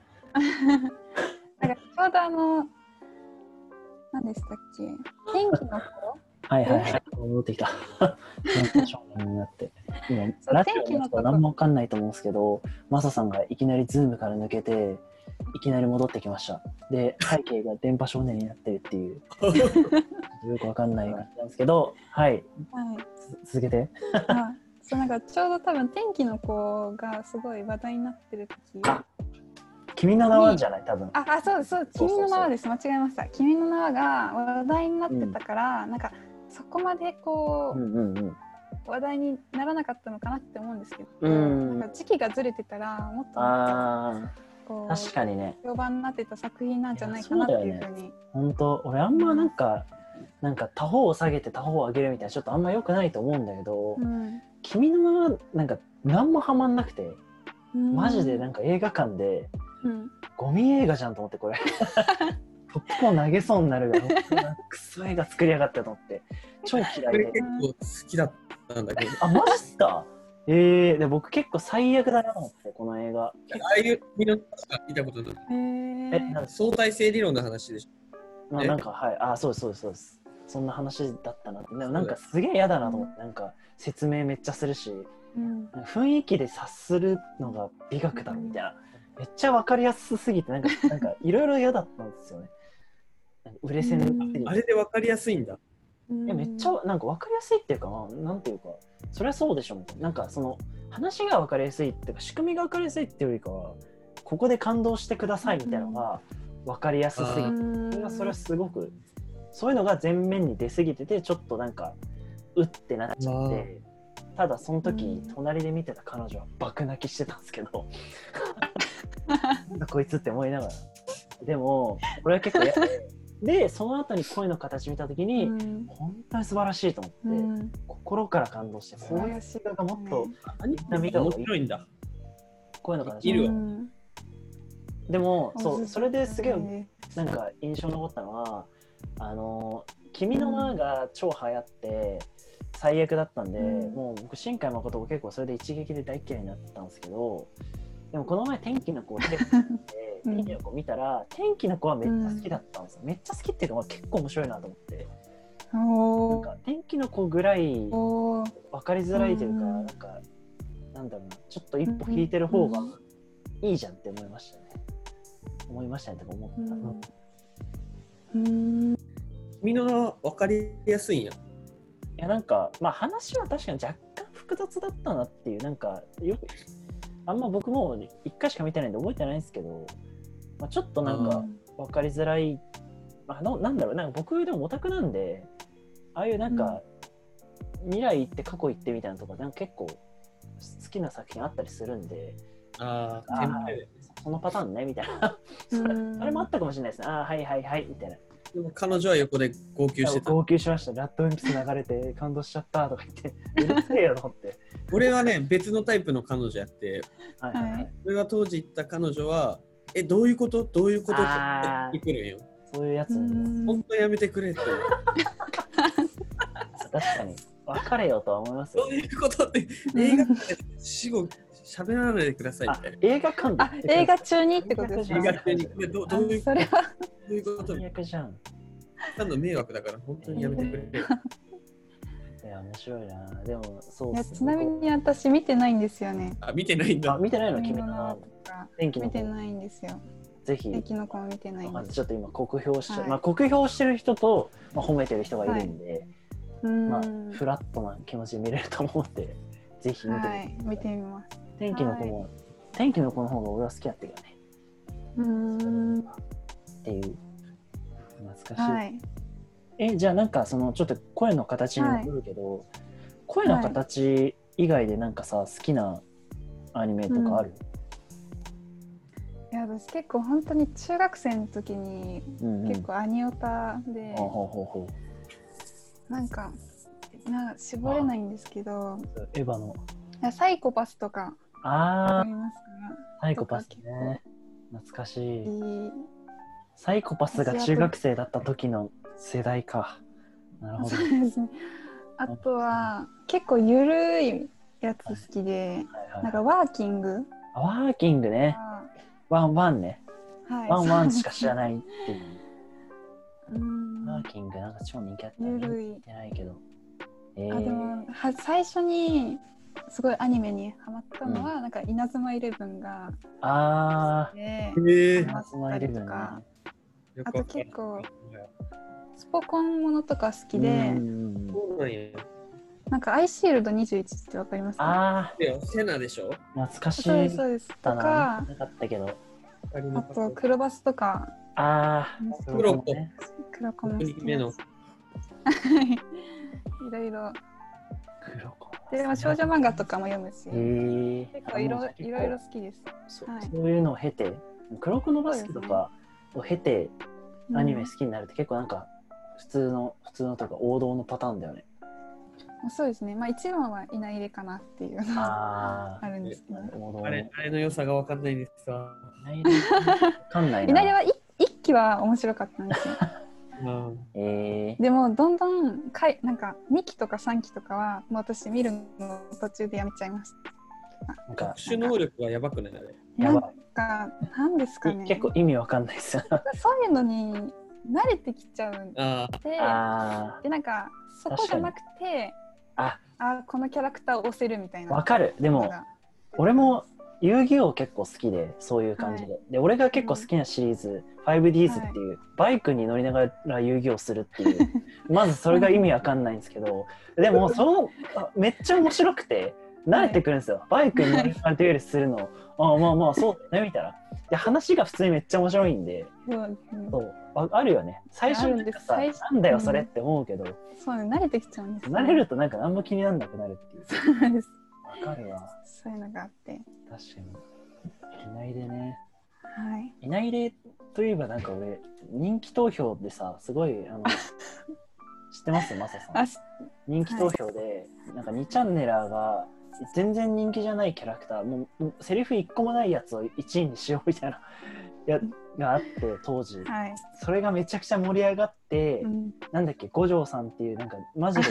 Speaker 3: ちょうどあの何でしたっけ天気の頃
Speaker 4: はいはいはい。戻ってきた。 なんか少年になって。今、
Speaker 3: そう
Speaker 4: ラジオのやつは何もわかんないと思うんですけど、マサさんがいきなりズームから抜けて、いきなり戻ってきました。で、背景が電波少年になってるって いう、よくわかんない感じなんですけど、はい、
Speaker 3: はい
Speaker 4: つ続けて。
Speaker 3: あそうなんかちょうど多分天気の子がすごい話題になってる時
Speaker 4: あ君の名はじゃない、多分。
Speaker 3: ああそうそ
Speaker 4: そうそ
Speaker 3: う
Speaker 4: うそう
Speaker 3: 君の名はです間違えました君の名はが話題になってたから、なんかそこまでこ
Speaker 4: う
Speaker 3: う、
Speaker 4: んうんうん。
Speaker 3: 話題にならなかったのかなって思うんですけど、
Speaker 4: うん
Speaker 3: なんか時期がずれてたらもっとなんか
Speaker 4: あ
Speaker 3: こ
Speaker 4: あ、
Speaker 3: う
Speaker 4: 確かにね。
Speaker 3: 評判になってた作品なんじゃないかなっていう
Speaker 4: いや
Speaker 3: ふ
Speaker 4: そう
Speaker 3: に
Speaker 4: 本当俺あんまなんかなんか他方を下げて他方を上げるみたいなちょっとあんま良くないと思うんだけど、
Speaker 3: うん
Speaker 4: 君の名はなんか何もハマんなくてマジでなん
Speaker 3: か、
Speaker 4: か映画館で
Speaker 3: うん
Speaker 4: ゴミ映画じゃんと思ってこれポップコーン投げそうになるが、僕はクソ映画作りやがったと思って、超嫌
Speaker 5: こ
Speaker 4: い
Speaker 5: れ
Speaker 4: で。
Speaker 5: 結構好きだったんだけど、あ
Speaker 4: あ、マジっすかええー、で僕結構最悪だなと思って、この映画。
Speaker 5: あいう理論しか見たことない。
Speaker 3: え
Speaker 4: え、なんか、
Speaker 5: 相対性理論の話でし
Speaker 4: まあ、
Speaker 5: え
Speaker 4: なんかはい、あ、そうです、そうです、そうです。そんな話だったなって、でもなんかすげえ嫌だなと思って、なんか説明めっちゃするし、
Speaker 3: うん、
Speaker 4: 雰囲気で察するのが美学だろみたいな。めっちゃわかりやすすぎて、なんか、なんかいろいろ嫌だったんですよね。なんか売れ線すぎ
Speaker 5: ょ。
Speaker 4: て
Speaker 5: あれで分かりやすいんだ。
Speaker 4: いやめっちゃなんか分かりやすいっていうかななんていうかそりゃそうでしょみたいななんかその話が分かりやすいっていうか仕組みが分かりやすいっていうよりかはここで感動してくださいみたいなのが分かりやすすぎて、それはそれはすごくそういうのが前面に出すぎててちょっとなんかうってなっちゃってただその時
Speaker 3: うん
Speaker 4: 隣で見てた彼女は爆泣きしてたんですけど なんだこいつって思いながらでもこれは結構やでその後に声の形見た時に、
Speaker 3: うん
Speaker 4: 本当に素晴らしいと思って、
Speaker 3: うん
Speaker 4: 心から感動してこういう映画がもっと
Speaker 5: アニメ見た面白いんだ。
Speaker 4: こういうのかな
Speaker 5: 見るわ
Speaker 3: うん
Speaker 4: でもそ
Speaker 3: お
Speaker 4: う
Speaker 3: す
Speaker 4: それですげえ
Speaker 3: うん
Speaker 4: なんか印象に残ったのは「あの君の名」が超流行って最悪だったんで、
Speaker 3: うん
Speaker 4: もう僕新海誠も結構それで一撃で大嫌いになったんですけどでもこの前「天気の子」をテレビで見て 天気
Speaker 3: うん
Speaker 4: の子」見たら「天気の子」はめっちゃ好きだったんですよ、めっちゃ好きっていうか、まあ、結構面白いなと思ってなん
Speaker 3: おー
Speaker 4: か天気の子ぐらい
Speaker 3: おー
Speaker 4: 分かりづらいというか、
Speaker 3: うん
Speaker 4: なんかなんだろうなちょっと一歩引いてる方がいいじゃんって思いましたね、思いましたねとか思った、
Speaker 3: うんうん
Speaker 5: 君の名は分かりやすいんや。
Speaker 4: いやなんかまあ話は確かに若干複雑だったなっていうなんかよくあんま僕も1回しか見てないんで覚えてないんですけど、まあ、ちょっとなんか分かりづらい、まあ、のなんだろうなんか僕でもオタクなんでああいうなんか、未来行って過去行ってみたいなとかなんか結構好きな作品あったりするんで
Speaker 5: あ
Speaker 4: あ
Speaker 5: あ、
Speaker 4: ー
Speaker 5: 天才だよね
Speaker 4: そのパターンねみたいなそれ
Speaker 3: うん
Speaker 4: それもあったかもしれないですねああはいはいはいみたいな
Speaker 5: でも彼女は横で号泣してた。
Speaker 4: 号泣しました「ラッドウィンプス流れて感動しちゃった」とか言って 「うるせえよ」と思って
Speaker 5: 俺はね、別のタイプの彼女やって、
Speaker 4: はいはい、はい
Speaker 3: はい
Speaker 5: 俺が当時行った彼女は、え、どういうことどういうことって
Speaker 4: あー
Speaker 5: 言ってくるんよ。
Speaker 4: そういうやつ
Speaker 3: う
Speaker 4: も
Speaker 3: ん
Speaker 5: 本当やめてくれって。
Speaker 4: 確かに別れよとは思います
Speaker 5: ど
Speaker 4: よ
Speaker 5: ういうこと って、映画館で死後喋らないでくださいみ
Speaker 4: あ
Speaker 5: たいな。
Speaker 4: 映画館で
Speaker 3: あ映画中にってことです
Speaker 4: 映
Speaker 3: か
Speaker 5: 映
Speaker 4: 画
Speaker 5: 画
Speaker 4: 館
Speaker 5: 中に、ねどう
Speaker 3: あ
Speaker 5: どういう
Speaker 3: それは
Speaker 5: どういうこと
Speaker 4: 最悪じゃん
Speaker 5: ただの迷惑だから、本当にやめてくれよ。
Speaker 4: いや面白いなでもそう
Speaker 3: い
Speaker 4: っ
Speaker 3: や
Speaker 4: すね
Speaker 3: ちなみに私見てないんですよね
Speaker 5: あ、見てないん
Speaker 4: あ
Speaker 5: だ。
Speaker 4: 見てないの君
Speaker 3: 君の名は
Speaker 4: の
Speaker 3: とか
Speaker 4: 天気の
Speaker 3: 見て
Speaker 4: 子
Speaker 3: ないんですよ
Speaker 4: ぜひ
Speaker 3: でキノコも見てないん
Speaker 4: まあ
Speaker 3: です
Speaker 4: ちょっと今酷評して、
Speaker 3: はい
Speaker 4: まあ酷評してる人と、まあ、褒めてる人がいるんで、
Speaker 3: うん
Speaker 4: まあフラットな気持ちで見れると思うんでぜひ見てみてくださ
Speaker 3: はい見てみます
Speaker 4: 天気の子も、天気の子の方が俺は好きやったけどね。
Speaker 3: うん
Speaker 4: っていう。懐かしい。
Speaker 3: はい
Speaker 4: え、じゃあなんかそのちょっと声の形に戻るけど、声の形以外でなんかさ、好きなアニメとかある、
Speaker 3: いや私結構本当に中学生の時に
Speaker 4: うんうん、
Speaker 3: 結構アニオタで
Speaker 4: ほうほうほうほ
Speaker 3: なんかなんか絞れないんですけど
Speaker 4: う。エヴァの。
Speaker 3: いやサイコパスとかわ
Speaker 4: あ
Speaker 3: かりますか
Speaker 4: ー、サイコパスね。懐かし
Speaker 3: い
Speaker 4: い。
Speaker 3: い
Speaker 4: サイコパスが中学生だった時の世代か。なるほど。
Speaker 3: そうですねあとは結構ゆるいやつ好きで
Speaker 4: はいは
Speaker 3: なん
Speaker 4: い
Speaker 3: かワーキング
Speaker 4: あワーキングね。ワンワンね。
Speaker 3: はい
Speaker 4: ワンワンしか知らないっていう。
Speaker 3: うん
Speaker 4: ワーキングなんか超人気あった
Speaker 3: ゆ
Speaker 4: ね。
Speaker 3: る
Speaker 4: 見
Speaker 3: い
Speaker 4: てないけど。えー
Speaker 3: あでもは最初にすごいアニメにハマったのは、なんか稲妻イレブンが
Speaker 4: あ
Speaker 3: で
Speaker 5: え
Speaker 4: ー、マスマイレブンね。
Speaker 5: よくわか
Speaker 3: あと
Speaker 5: んない
Speaker 3: 結構スポコンものとか好きで、
Speaker 4: うん
Speaker 5: そうなんや。
Speaker 3: なんかアイシールド21ってわかりますか
Speaker 4: あ
Speaker 5: でよ、セナでしょ
Speaker 4: ー、懐かし
Speaker 3: そうです
Speaker 4: い
Speaker 3: そうですと
Speaker 4: だな
Speaker 3: か。
Speaker 4: なかったけど。
Speaker 5: あ
Speaker 3: あと黒バスとか
Speaker 4: あー、
Speaker 5: プロコ
Speaker 4: ね。
Speaker 3: 黒子 も好き
Speaker 5: 二目の
Speaker 3: です はいいろいろ
Speaker 4: 黒子。
Speaker 3: でも少女漫画とかも読むし
Speaker 4: えー、
Speaker 3: 結構いろ
Speaker 4: あの
Speaker 3: いろいろ。好きです
Speaker 4: そう
Speaker 3: はい
Speaker 4: そういうのを経て、黒子のバスケとかを経て、アニメ好きになるって結構なんか、普通の、普通のというか王道のパターン だよね。
Speaker 3: うんそうですねまあ一番はいないれかなっていうの
Speaker 4: あ
Speaker 3: はあるんですけ
Speaker 4: ー、
Speaker 3: ど
Speaker 4: 王道
Speaker 5: あれ
Speaker 4: ね。
Speaker 5: あれの良さがわかんないですわ。
Speaker 4: わかんない
Speaker 3: い
Speaker 4: な
Speaker 3: なり。は一一期は面白かったんですよ。
Speaker 4: えー、
Speaker 3: でもどんどんかいなんか2期とか3期とかはもう私見るの途中でやめちゃいまし
Speaker 4: なんか
Speaker 2: 学、習能力がやばくないあれ。
Speaker 3: た。
Speaker 4: や
Speaker 3: なん
Speaker 4: ば
Speaker 3: かなんですかね
Speaker 4: 結構意味わかんないっ すよ。
Speaker 3: そういうのに慣れてきちゃうんで
Speaker 2: あ
Speaker 4: あ
Speaker 3: でなんかそこじゃなくて
Speaker 4: あ
Speaker 3: あこのキャラクターを押せるみたい
Speaker 4: ー、
Speaker 3: な。
Speaker 4: わかる。でも、俺も遊戯王結構好きで、そういう感じで。で、俺が結構好きなシリーズ、5Ds っていう、バイクに乗りながら遊戯王するって いう、まずそれが意味わかんないんですけど、でも、その、あめっちゃ面白くて、慣れてくるんですよ。バイクに乗りながらデュエルする の、ああまあまあ、そうだね、みたいな。で、話が普通にめっちゃ面白いんで、
Speaker 3: そううん
Speaker 4: そうああるよね。最初なんかさ、
Speaker 3: あるんです最初
Speaker 4: なんだよ、それって思うけど、
Speaker 3: そうね慣れてきちゃうんですよ
Speaker 4: 慣れるとなんか何も気にならなくなるっていう。
Speaker 3: そうなんです
Speaker 4: わかるわ。
Speaker 3: そういうのがあって
Speaker 4: 確かに。いないでね。
Speaker 3: はい
Speaker 4: いないでといえばなんか俺、人気投票でさ、すごい、 あの、知ってますマサさ
Speaker 3: あ
Speaker 4: ん。
Speaker 3: し
Speaker 4: 人気投票で、なんか2チャンネラーが、全然人気じゃないキャラクター、もうセリフ1個もないやつを1位にしようみたいな、や、があって、当時。
Speaker 3: はい、
Speaker 4: それがめちゃくちゃ盛り上がって、
Speaker 3: うん、
Speaker 4: なんだっけ五条さんっていうなんかマ ジで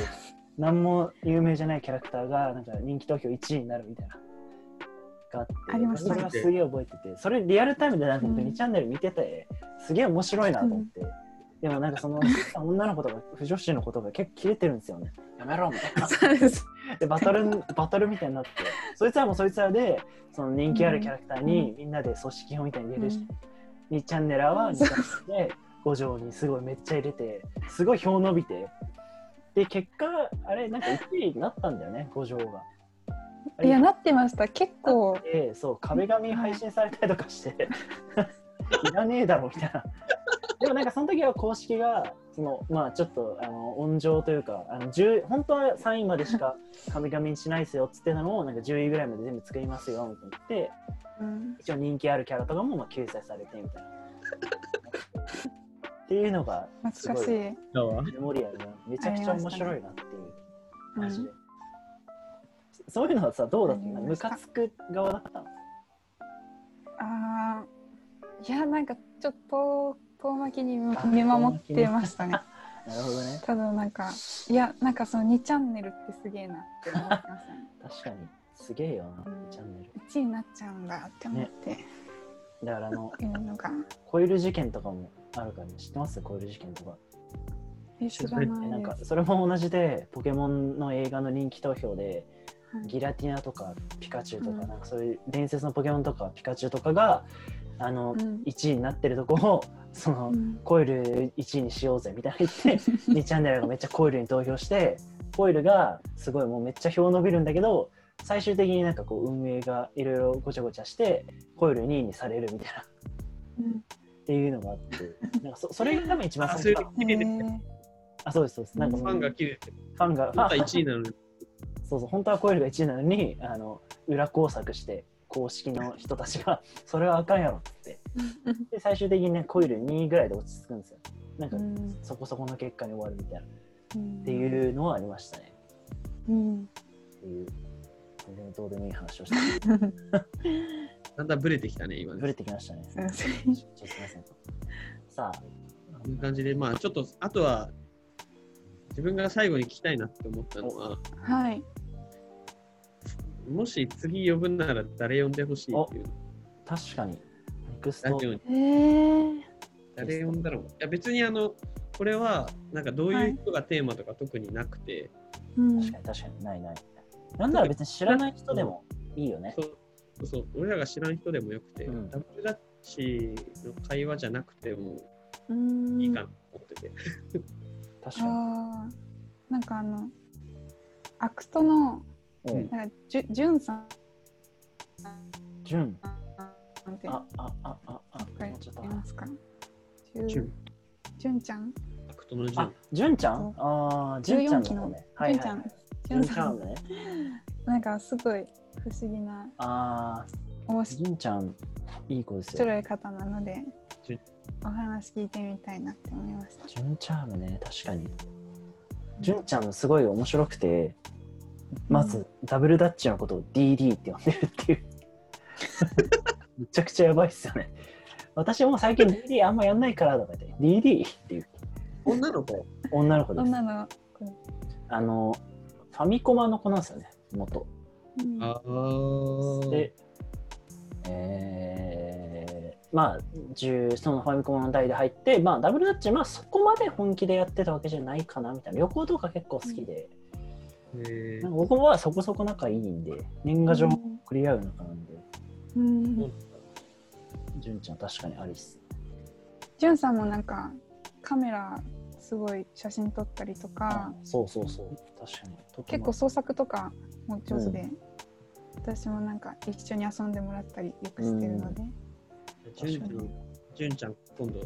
Speaker 4: 何も有名じゃないキャラクターがなんか人気投票1位になるみたいながあって
Speaker 3: ありました
Speaker 4: それはすげえ覚えててそれリアルタイムでなんか
Speaker 3: うん
Speaker 4: 2チャンネル見てて、すげえ面白いなと思って、でもなんかそ の女の子とか不女子の子とか結構キレてるんですよねやめろみたいな
Speaker 3: そうです
Speaker 4: でバトルバトルみたいになってそいつらもそいつらでその人気あるキャラクターにみんなで組織票みたいに入れるし、2チャンネラーは2チャンネルで五条にすごいめっちゃ入れてすごい票伸びてで結果あれなんか1位になったんだよね五条が。あ
Speaker 3: い
Speaker 4: れ
Speaker 3: やなってました結構
Speaker 4: でそう壁紙配信されたりとかして いらねえだろみたいな。でもなんかその時は公式がそのまあちょっとあの温情というかあの10本当は3位までしか壁紙にしないですよっつってたのをなんか10位ぐらいまで全部作りますよみたいな言って
Speaker 3: うん
Speaker 4: 一応人気あるキャラとかもまあ救済されてみたい な。っていうのが
Speaker 3: 懐かし
Speaker 4: すご
Speaker 3: い
Speaker 5: だわ。
Speaker 4: メモリアルなめちゃくちゃ面白いなっていう
Speaker 3: ありま
Speaker 4: マ
Speaker 3: したね
Speaker 4: ジで。そういうのはさどうだった
Speaker 3: あ
Speaker 4: の
Speaker 3: りま
Speaker 4: ム
Speaker 3: した
Speaker 4: カつく側だったの
Speaker 3: あーいやなんかちょっと遠巻きに見守ってましたね
Speaker 4: なるほどね。
Speaker 3: ただなんかいやなんかその2チャンネルってすげえなって思ってましたね
Speaker 4: 確かに。すげえよな、
Speaker 3: うん
Speaker 4: チャンネ
Speaker 3: 1位になっちゃうんだって思って、
Speaker 4: ル。だからあの、
Speaker 3: いうのが
Speaker 4: コイル事件とかもあるから、ね、知ってますコイル事件とか。
Speaker 3: え知らない
Speaker 4: なんか、それも同じで、ポケモンの映画の人気投票で、
Speaker 3: はい
Speaker 4: ギラティナとかピカチュウとか、
Speaker 3: うん
Speaker 4: なんかそういう伝説のポケモンとかピカチュウとかが、あの、
Speaker 3: うん
Speaker 4: 1位になってるとこを、その、
Speaker 3: うん
Speaker 4: コイル1位にしようぜみたいな 言って2チャンネルがめっちゃコイルに投票してコイルがすごいもうめっちゃ票伸びるんだけど最終的になんかこう運営がいろいろごちゃごちゃしてコイル2位にされるみたいな
Speaker 3: うん
Speaker 4: っていうのがあってなんか そそれが多分一番
Speaker 2: あ、そ
Speaker 4: 最
Speaker 2: れ
Speaker 4: 初
Speaker 2: 切れてる。
Speaker 4: あそうですそうですなんか
Speaker 2: フ
Speaker 4: そ
Speaker 2: ァ
Speaker 4: の
Speaker 2: ン
Speaker 4: フ
Speaker 2: が切れてる。
Speaker 4: ァンがフ
Speaker 2: また
Speaker 4: ァン
Speaker 2: 1位なのに。
Speaker 4: そうそう本当はコイルが1位なのにあの裏工作して公式の人たちが それはあかんやろって
Speaker 3: えー
Speaker 4: で最終的にねコイル2位ぐらいで落ち着くんですよなんか
Speaker 3: うん
Speaker 4: そこそこの結果に終わるみたいなっ
Speaker 3: うん
Speaker 4: ていうのはありましたね
Speaker 3: うん
Speaker 4: っていう全然どうでもいい話をして
Speaker 2: だんだんブレてきたね、今
Speaker 4: ぶ
Speaker 2: ね。
Speaker 4: れてきましたね。
Speaker 3: すいません
Speaker 4: ちょっとすいません。さあ、
Speaker 2: こんな感じで、まあ、ちょっと、あとは、自分が最後に聞きたいなって思ったのは、
Speaker 3: はい
Speaker 2: もし次呼ぶなら誰呼んでほしいっていう。
Speaker 4: 確かに、ネクス
Speaker 2: ラ
Speaker 4: ト
Speaker 2: ジオに
Speaker 3: えー、
Speaker 2: 誰呼んだろう。いや、別にあの、これは、なんかどういう人がテーマとか特になくて、
Speaker 3: うん
Speaker 4: 確かに確かにないない。なんなら別に知らない人でもいいよね。
Speaker 2: そうそうそう、俺らが知らん人でもよくて、
Speaker 4: うん
Speaker 2: ダブルダッチの会話じゃなくても
Speaker 3: うん
Speaker 2: いいかなと思ってて。
Speaker 4: 確か
Speaker 3: あーなんかあのアクトの
Speaker 4: に。うん。
Speaker 3: なんかじゅじゅんさん
Speaker 4: ジュン。
Speaker 3: って
Speaker 4: あ、あ、あ、あ、あ、
Speaker 3: 書い
Speaker 4: ちょってと。
Speaker 3: ますかじ
Speaker 2: ジュ
Speaker 3: ゅ
Speaker 2: ン
Speaker 3: じゅんちゃん
Speaker 2: アクトの順
Speaker 4: あ、ジュンちゃんああ、ジュンちゃん
Speaker 3: 14期
Speaker 4: の
Speaker 3: の
Speaker 4: 方ね。は
Speaker 3: じゅ
Speaker 4: い
Speaker 3: ん
Speaker 4: はい
Speaker 3: ち
Speaker 4: はいジ
Speaker 3: ゃん。じゅ
Speaker 4: ュン
Speaker 3: ん
Speaker 4: ちゃ
Speaker 3: さ
Speaker 4: ん
Speaker 3: ん
Speaker 4: ね。
Speaker 3: なんかすごい不思議な
Speaker 4: ああ、
Speaker 3: 面
Speaker 4: ジュンちゃん、いい子ですよ。
Speaker 3: 白い方なので
Speaker 2: じゅ
Speaker 3: お話聞いてみたいなって思いました。
Speaker 4: ジュンチャームね、確かに。ジュンちゃんすごい面白くて、まずダブルダッチの ことを DD って呼んでるっていう。めちゃくちゃやばいっすよね。私もう最近 DD あんまやんないからとか言って DD っていう
Speaker 5: 女の子
Speaker 4: 女の子です
Speaker 3: 女の
Speaker 4: あのファミコマの子なんですよね元
Speaker 3: うん
Speaker 5: ああ
Speaker 4: で、えーまあ、10そのファミコンの代で入って、まあ、ダブルダッチ、まあ、そこまで本気でやってたわけじゃないかなみたいな、旅行とか結構好きで、なんか僕はそこそこ仲いいんで、年賀状も送り合う仲なんで、
Speaker 3: うん
Speaker 4: 純ちゃん、確かにありっす。
Speaker 3: じゅんさんもなんかカメラすごい写真撮ったりとか
Speaker 4: そうそうそう、確かに。
Speaker 3: 結構創作とかも上手で、私もなんか一緒に遊んでもらったりよくしてるので、
Speaker 5: じゅんちゃんじゅんちゃん今度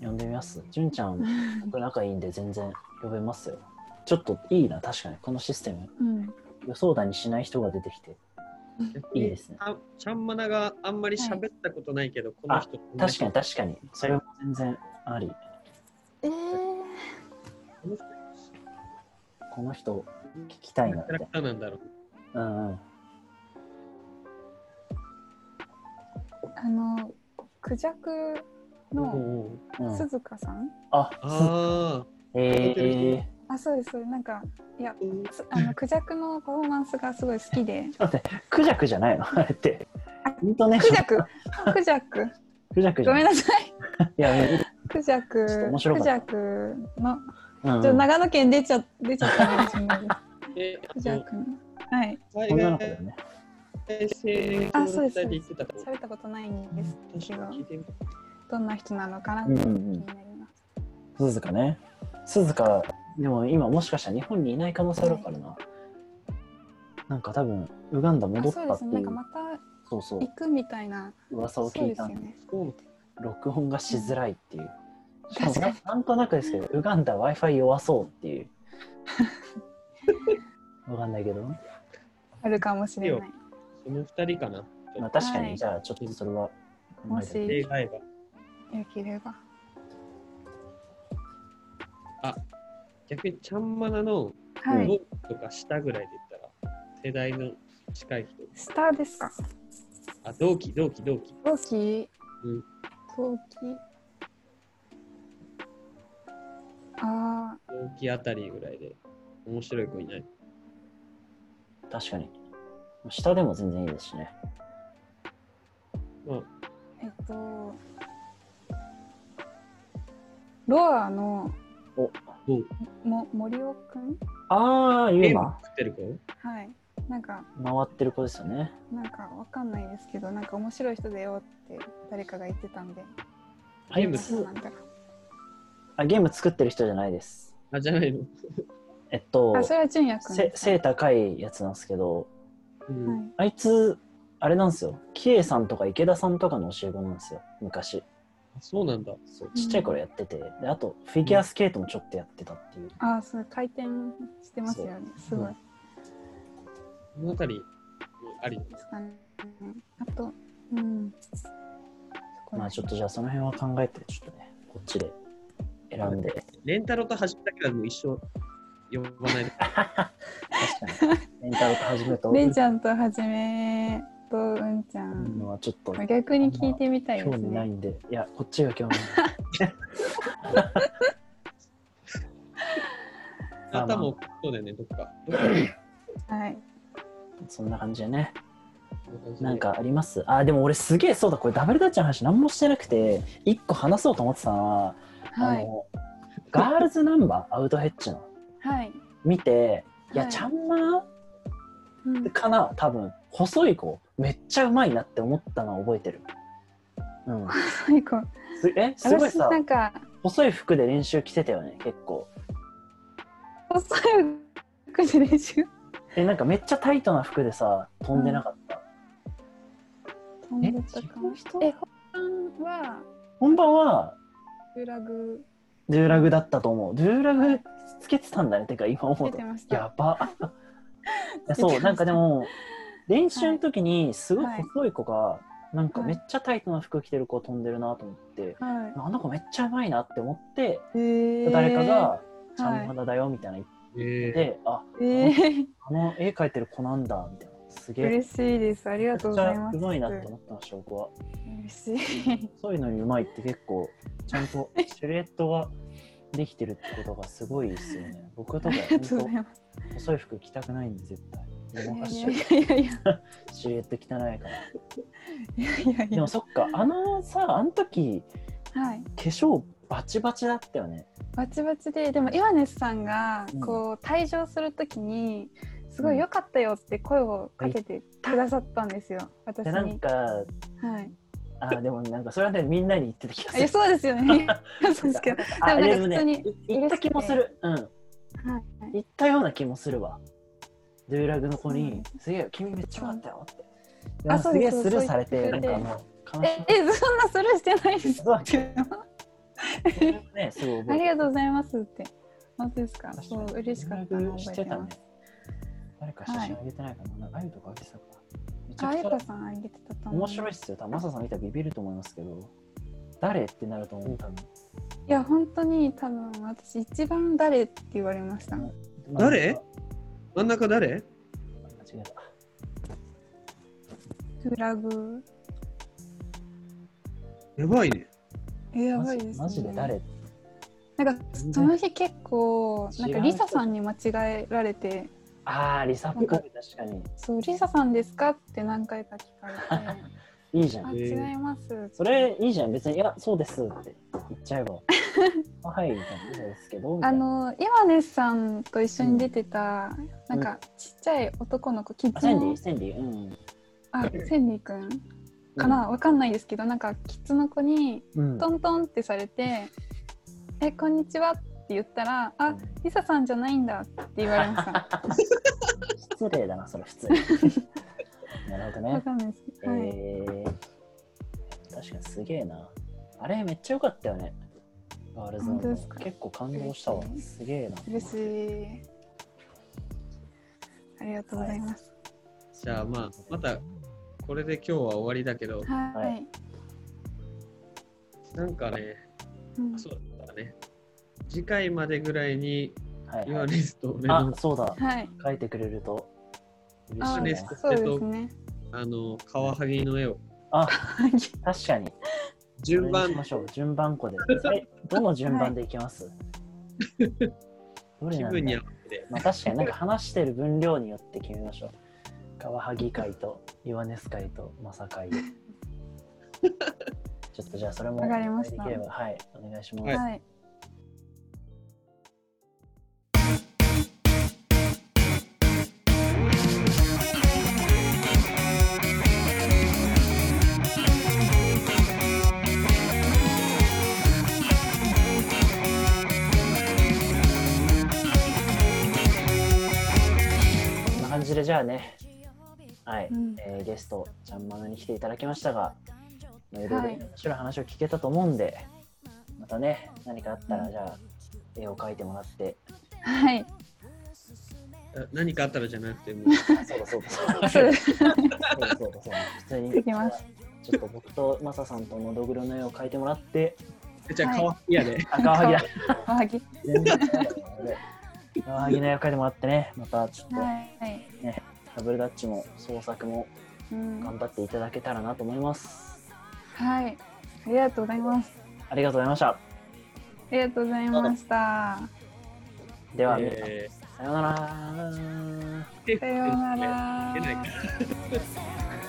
Speaker 4: 呼んでみます純ちゃん、僕仲いいんで、全然呼べますよ。ちょっといいな、確かに、このシステム、
Speaker 3: うん、
Speaker 4: 予想だにしない人が出てきて、いいですね。
Speaker 5: あちゃんまながあんまり喋ったことないけど、この人
Speaker 4: 確かに確かに、それも全然あり。
Speaker 3: え
Speaker 5: この人
Speaker 4: この人聞きたいなっ
Speaker 5: キャラ
Speaker 4: て
Speaker 5: ク。ターなんだろう
Speaker 4: うんうん。
Speaker 3: あのクジャクの
Speaker 5: おうおう
Speaker 4: うん、
Speaker 3: 鈴鹿さん、
Speaker 4: あ、
Speaker 5: あ
Speaker 4: えー、
Speaker 3: あそうですそうですなんかいやすあのクジャクのパフォーマンスがすごい好きで
Speaker 4: クジャクじゃないのあれって。イントネー
Speaker 3: ク
Speaker 4: シ
Speaker 3: ジ
Speaker 4: ョ
Speaker 3: ャ
Speaker 4: ン。
Speaker 3: ククジャク
Speaker 4: クジャクじ
Speaker 3: ご
Speaker 4: ゃな
Speaker 3: め
Speaker 4: い。
Speaker 3: んなさい
Speaker 4: いや、いい
Speaker 3: クジャク
Speaker 4: ちょっと面
Speaker 3: クジ
Speaker 4: 白かった
Speaker 3: ャクの
Speaker 4: うん
Speaker 3: ちょ
Speaker 4: うん、
Speaker 3: 長野県出ちゃ出ちゃったかもしれないです
Speaker 5: ーえ
Speaker 3: クジャクのはい
Speaker 5: 海
Speaker 4: 女
Speaker 5: 外
Speaker 4: の子だよね。
Speaker 5: 生
Speaker 3: あそうです
Speaker 5: で言ってたから
Speaker 3: 喋ったことないんですけど
Speaker 5: 聞いてみ
Speaker 3: どんな人なのかなっ
Speaker 4: う
Speaker 3: て
Speaker 4: んう
Speaker 3: 気
Speaker 4: ん
Speaker 3: になります、
Speaker 4: うん。鈴鹿ね。鈴鹿、でも今もしかしたら日本にいない可能性あるからな。なんか多分、ウガンダ戻
Speaker 3: あ
Speaker 4: っ
Speaker 3: そ
Speaker 4: た
Speaker 3: う
Speaker 4: っ
Speaker 3: で
Speaker 4: て
Speaker 3: す
Speaker 4: い
Speaker 3: ね
Speaker 4: う、
Speaker 3: なんかまた
Speaker 4: そうそう
Speaker 3: 行、くみたいな
Speaker 4: 噂
Speaker 3: そ
Speaker 4: を
Speaker 3: う
Speaker 4: 聞い
Speaker 3: です
Speaker 4: た
Speaker 3: よ
Speaker 4: んで
Speaker 3: ね
Speaker 5: そうな
Speaker 4: 録音がしづらいっていう。しかも
Speaker 3: 確 かに
Speaker 4: なんとなくですけど、ウガンダ Wi-Fi 弱そうって いう。わかんないけど。
Speaker 3: あるかもしれない
Speaker 5: その二人かな
Speaker 4: まあ、確かに、
Speaker 3: はい
Speaker 4: じゃあちょっとそれは考
Speaker 3: も
Speaker 4: え
Speaker 3: して
Speaker 4: みて。
Speaker 5: 例外が
Speaker 3: よければ
Speaker 5: 逆にちゃんまなの
Speaker 3: はい、
Speaker 5: 5とか下ぐらいで言ったら世代の近い人
Speaker 3: スターですか
Speaker 5: あ同期同期同期
Speaker 3: 同期
Speaker 5: うん
Speaker 3: 同期あ
Speaker 5: 同期あたりぐらいで面白い子いない
Speaker 4: 確かに。下でも全然いいですしね。
Speaker 5: まあ
Speaker 3: ーえっとロアの
Speaker 5: どう
Speaker 3: も森尾くん
Speaker 4: ああ、ゆうま
Speaker 5: 食ってる子
Speaker 3: はいなんか
Speaker 4: 回ってる子ですよね。
Speaker 3: なんかわかんないですけどなんか面白い人だよって誰かが言ってたんで
Speaker 5: ゲーム
Speaker 3: そうなんだ
Speaker 4: あ、ゲーム作ってる人じゃないです。
Speaker 5: あじゃないの
Speaker 4: えっと
Speaker 3: あ、それは純也くん
Speaker 4: せ背高いやつなんですけど、
Speaker 5: うん
Speaker 3: はい
Speaker 4: あいつ、あれなんですよ。キエさんとか池田さんとかの教え子なんですよ。昔。
Speaker 5: あそうなんだ
Speaker 4: そうちっちゃい頃やってて、であとフィギュアスケートもちょっとやってたっていう。
Speaker 3: あそう回転してますよねすごい、
Speaker 4: うん
Speaker 5: この辺りもあり
Speaker 3: ですかねあとうん
Speaker 4: まあちょっとじゃあその辺は考えて、ちょっとね、こっちで選んで。
Speaker 5: レンタロと走ったけどもう一生呼ば ないで
Speaker 4: 確か に。レンタルと始めた
Speaker 3: れんちゃんとはじめとうんちゃん、
Speaker 4: のはちょっと
Speaker 3: 逆に聞いてみたいで
Speaker 4: 興
Speaker 3: す
Speaker 4: 味ない
Speaker 3: ね
Speaker 4: んで、いや、こっちが興味ない。 あ
Speaker 5: 頭をそうだよねどっかどっかこ
Speaker 3: はい
Speaker 4: そんな感じでね。
Speaker 5: んな感じで
Speaker 4: なんかありますあ、でも俺すげえ、そうだ、これダブルダッチの話何もしてなくて、一個話そうと思ってたのは、
Speaker 3: は
Speaker 4: あ
Speaker 3: い
Speaker 4: の、ガールズナンバー、アウトヘッジの、
Speaker 3: はい
Speaker 4: 見て、いや、
Speaker 3: はい
Speaker 4: ちゃんま
Speaker 3: うん
Speaker 4: かな多分、細い子、めっちゃうまいなって思ったのを覚えてる。うん。
Speaker 3: 最高
Speaker 4: すえ、すごい
Speaker 3: 私
Speaker 4: さ
Speaker 3: な、んか
Speaker 4: 細い服で練習着てたよね、結構。
Speaker 3: 細い服で練習
Speaker 4: え、なんかめっちゃタイトな服でさ、飛んでなかった。
Speaker 3: 飛んでたかもえ本番は
Speaker 4: 本番は、
Speaker 3: フラグ
Speaker 4: ドゥーラグだったと思う。ドゥーラグつけてたんだね。てか今思うと
Speaker 3: 出て。ました
Speaker 4: やば。いや
Speaker 3: つけて ま
Speaker 4: そ
Speaker 3: し
Speaker 4: う、
Speaker 3: た
Speaker 4: なんかでも、練習の時にすごい
Speaker 3: はい
Speaker 4: 細い子が、なんか
Speaker 3: はい
Speaker 4: めっちゃタイトな服着てる子飛んでるなと思って、
Speaker 3: は
Speaker 4: あの子めっちゃうまいなって思って、
Speaker 3: い、へー
Speaker 4: 誰かが、ちゃ
Speaker 3: はい
Speaker 4: んまだだよみたいな言
Speaker 5: え
Speaker 4: っ
Speaker 5: ー
Speaker 4: て、あ、
Speaker 3: えー、
Speaker 4: あの絵描いてる子なんだ、みたいな。すげえ。
Speaker 3: 嬉しいです。ありが
Speaker 4: めち
Speaker 3: と
Speaker 4: ゃ
Speaker 3: う
Speaker 4: くち
Speaker 3: ござ
Speaker 4: ゃ
Speaker 3: います。
Speaker 4: うまいなって思ったの、証拠は。
Speaker 3: 嬉しい。
Speaker 4: そういうのにうまいって結構、ちゃんとシルエットができてるってことがすごいですよ ね。僕と
Speaker 3: あ
Speaker 4: か、
Speaker 3: りがとうござい
Speaker 4: 本
Speaker 3: ま
Speaker 4: 当細い服着たくないんで、絶対。ごまか
Speaker 3: す。
Speaker 4: し
Speaker 3: い
Speaker 4: ちゃう
Speaker 3: やいやいやいや
Speaker 4: シルエット汚いから。
Speaker 3: いやいやい
Speaker 4: で
Speaker 3: や
Speaker 4: も。そっか、あのさ、あの時、
Speaker 3: はい。
Speaker 4: 化粧バチバチだったよね。
Speaker 3: バチバチででも岩根さんがこう退場するときにすごい良かったよって声をかけてくださったんですよ。私
Speaker 4: で、なん
Speaker 3: に。
Speaker 4: か、
Speaker 3: はい。
Speaker 4: あー、でもなんか、それはね、みんなに言ってた気が
Speaker 3: あいや
Speaker 4: する。
Speaker 3: そうですよ ね。そうですけど。でも
Speaker 4: あ、
Speaker 3: な
Speaker 4: で
Speaker 3: ん
Speaker 4: も
Speaker 3: か普通
Speaker 4: ね、
Speaker 3: に。
Speaker 4: 言った気もする。うん。
Speaker 3: はい。
Speaker 4: 言ったような気もするわ。ドゥーラグの子
Speaker 3: そうなん
Speaker 4: に
Speaker 3: で、
Speaker 4: すげえ、君めっちゃ良かったよって。
Speaker 3: あ
Speaker 4: なんか
Speaker 3: そう
Speaker 4: すげえ
Speaker 3: です
Speaker 4: スルーされ
Speaker 3: そ
Speaker 4: て、
Speaker 3: う
Speaker 4: な
Speaker 3: で
Speaker 4: ん
Speaker 3: す
Speaker 4: かもう、悲し
Speaker 3: ええそんなスルーしてないです
Speaker 4: そう
Speaker 3: って。
Speaker 4: い。ね、すごい
Speaker 3: あ
Speaker 4: 覚
Speaker 3: り
Speaker 4: え
Speaker 3: がとうございますって。本当ですか。
Speaker 4: てる
Speaker 3: そう嬉しかった
Speaker 4: ドゥー
Speaker 3: な
Speaker 4: ラグ
Speaker 3: 覚
Speaker 4: して
Speaker 3: えて
Speaker 4: た
Speaker 3: ま
Speaker 4: ね
Speaker 3: す。。
Speaker 4: 誰か写真あげてないかな。なんかあゆとかあげてたか
Speaker 3: あ
Speaker 4: な。め
Speaker 3: あ
Speaker 4: ち
Speaker 3: ゆ
Speaker 4: ゃく
Speaker 3: た
Speaker 4: ち
Speaker 3: さんあげてたと
Speaker 4: ゃ
Speaker 3: 思う。
Speaker 4: 面白いっすよ。多分マサさん見たらビビると思いますけど、誰ってなると思う、多分。
Speaker 3: いや本当に多分私一番誰って言われました。
Speaker 5: 誰真ん中誰
Speaker 4: 間違えた。
Speaker 3: フラグ。
Speaker 5: やばいね。
Speaker 3: えやば
Speaker 4: マ
Speaker 3: い
Speaker 4: ジ
Speaker 3: です、ね。
Speaker 4: マジで誰
Speaker 3: なんか
Speaker 4: 全然
Speaker 3: その日結構なんか
Speaker 4: 違う
Speaker 3: リサさんに間違えられて、
Speaker 4: あー、リサっぽい。確かに。
Speaker 3: そうリサさんですかって何回か聞か れて、
Speaker 4: いいじゃん
Speaker 3: あ。
Speaker 5: へー
Speaker 3: 違います。
Speaker 4: それいいじゃん別に「いやそうです」って言っちゃ えば「あはい」みたいな「そうですけど」みた
Speaker 3: あ
Speaker 4: いな
Speaker 3: の岩根さんと一緒に出てた、なんかちっちゃい男の子キ
Speaker 4: あ
Speaker 3: ッズ
Speaker 4: センディ
Speaker 3: の
Speaker 4: センディうん
Speaker 3: あセンディくんかな、わかんないですけどなんかキッズの子に
Speaker 4: うん
Speaker 3: トントンってされて「えこんにちは」って言ったら「あリサさんじゃないんだ」って言われました。
Speaker 4: 失礼だなそれ普通 なるほど
Speaker 3: わ
Speaker 4: ね
Speaker 3: かんないです
Speaker 4: え
Speaker 3: はい、
Speaker 4: ー、確かにすげえなあれめっちゃ良かったよねガールズオン
Speaker 3: 本当ですか
Speaker 4: 結構感動したわすげえな
Speaker 3: 嬉しい。ありがとうございます。
Speaker 5: じゃあまあ、またこれで今日は終わりだけど、
Speaker 3: はい。
Speaker 4: はい
Speaker 5: なんかね、
Speaker 3: うん
Speaker 5: そうだね。次回までぐらいに、
Speaker 4: はい、
Speaker 5: イワ
Speaker 4: はい、
Speaker 5: ネスと俺
Speaker 4: あ
Speaker 5: の
Speaker 4: そうだ
Speaker 3: はい。
Speaker 4: 書いてくれると
Speaker 3: あ
Speaker 4: 嬉
Speaker 5: レス
Speaker 4: しい
Speaker 5: ト
Speaker 4: ね
Speaker 3: そうですね。
Speaker 5: あのカワハギの絵を
Speaker 4: あ確かに
Speaker 5: 順
Speaker 4: これに
Speaker 5: 番
Speaker 4: しましょう順番こではいどの順番でい きます、どれ
Speaker 5: 気
Speaker 4: なん
Speaker 5: 分
Speaker 4: だ
Speaker 5: に合わせて
Speaker 4: まあ確かになんか話してる分量によって決めましょうカワハギ会とイワネス会とマ サ会ちょっとじゃあそれも
Speaker 3: わかりました
Speaker 4: できればはいお願いします、
Speaker 5: はい
Speaker 3: はい。
Speaker 4: こんな感じでじゃあねはい、
Speaker 3: うん
Speaker 4: えーゲストちゃんまなに来ていただきましたがまあいろいろ
Speaker 3: はい
Speaker 4: 面白い話を聞けたと思うんで、またね何かあったらじゃあ絵を描いてもらって
Speaker 3: はい。
Speaker 5: あ何かあったらじゃなくて もう
Speaker 4: あそうだそうだそうだ
Speaker 3: そうです。
Speaker 4: そうだそうだそうだ普通に
Speaker 3: できます
Speaker 4: ちょっと僕とマサさんとのどぐろの絵を描いてもらって
Speaker 5: じゃあ
Speaker 3: はい
Speaker 5: カワハギやで、
Speaker 4: 赤はぎだ
Speaker 3: おはぎ。
Speaker 4: 全然赤はぎの絵を描いてもらってねまたちょっと
Speaker 3: はい。
Speaker 4: ダブルダッチも創作も
Speaker 3: うん。
Speaker 4: 頑張っていただけたらなと思います
Speaker 3: はい。ありがとうございます。
Speaker 4: ありがとうございました
Speaker 3: ありがとうございました。
Speaker 4: では、皆さん
Speaker 5: え
Speaker 4: さようなら
Speaker 5: ー
Speaker 3: さような
Speaker 5: 出ない
Speaker 3: ら。
Speaker 5: か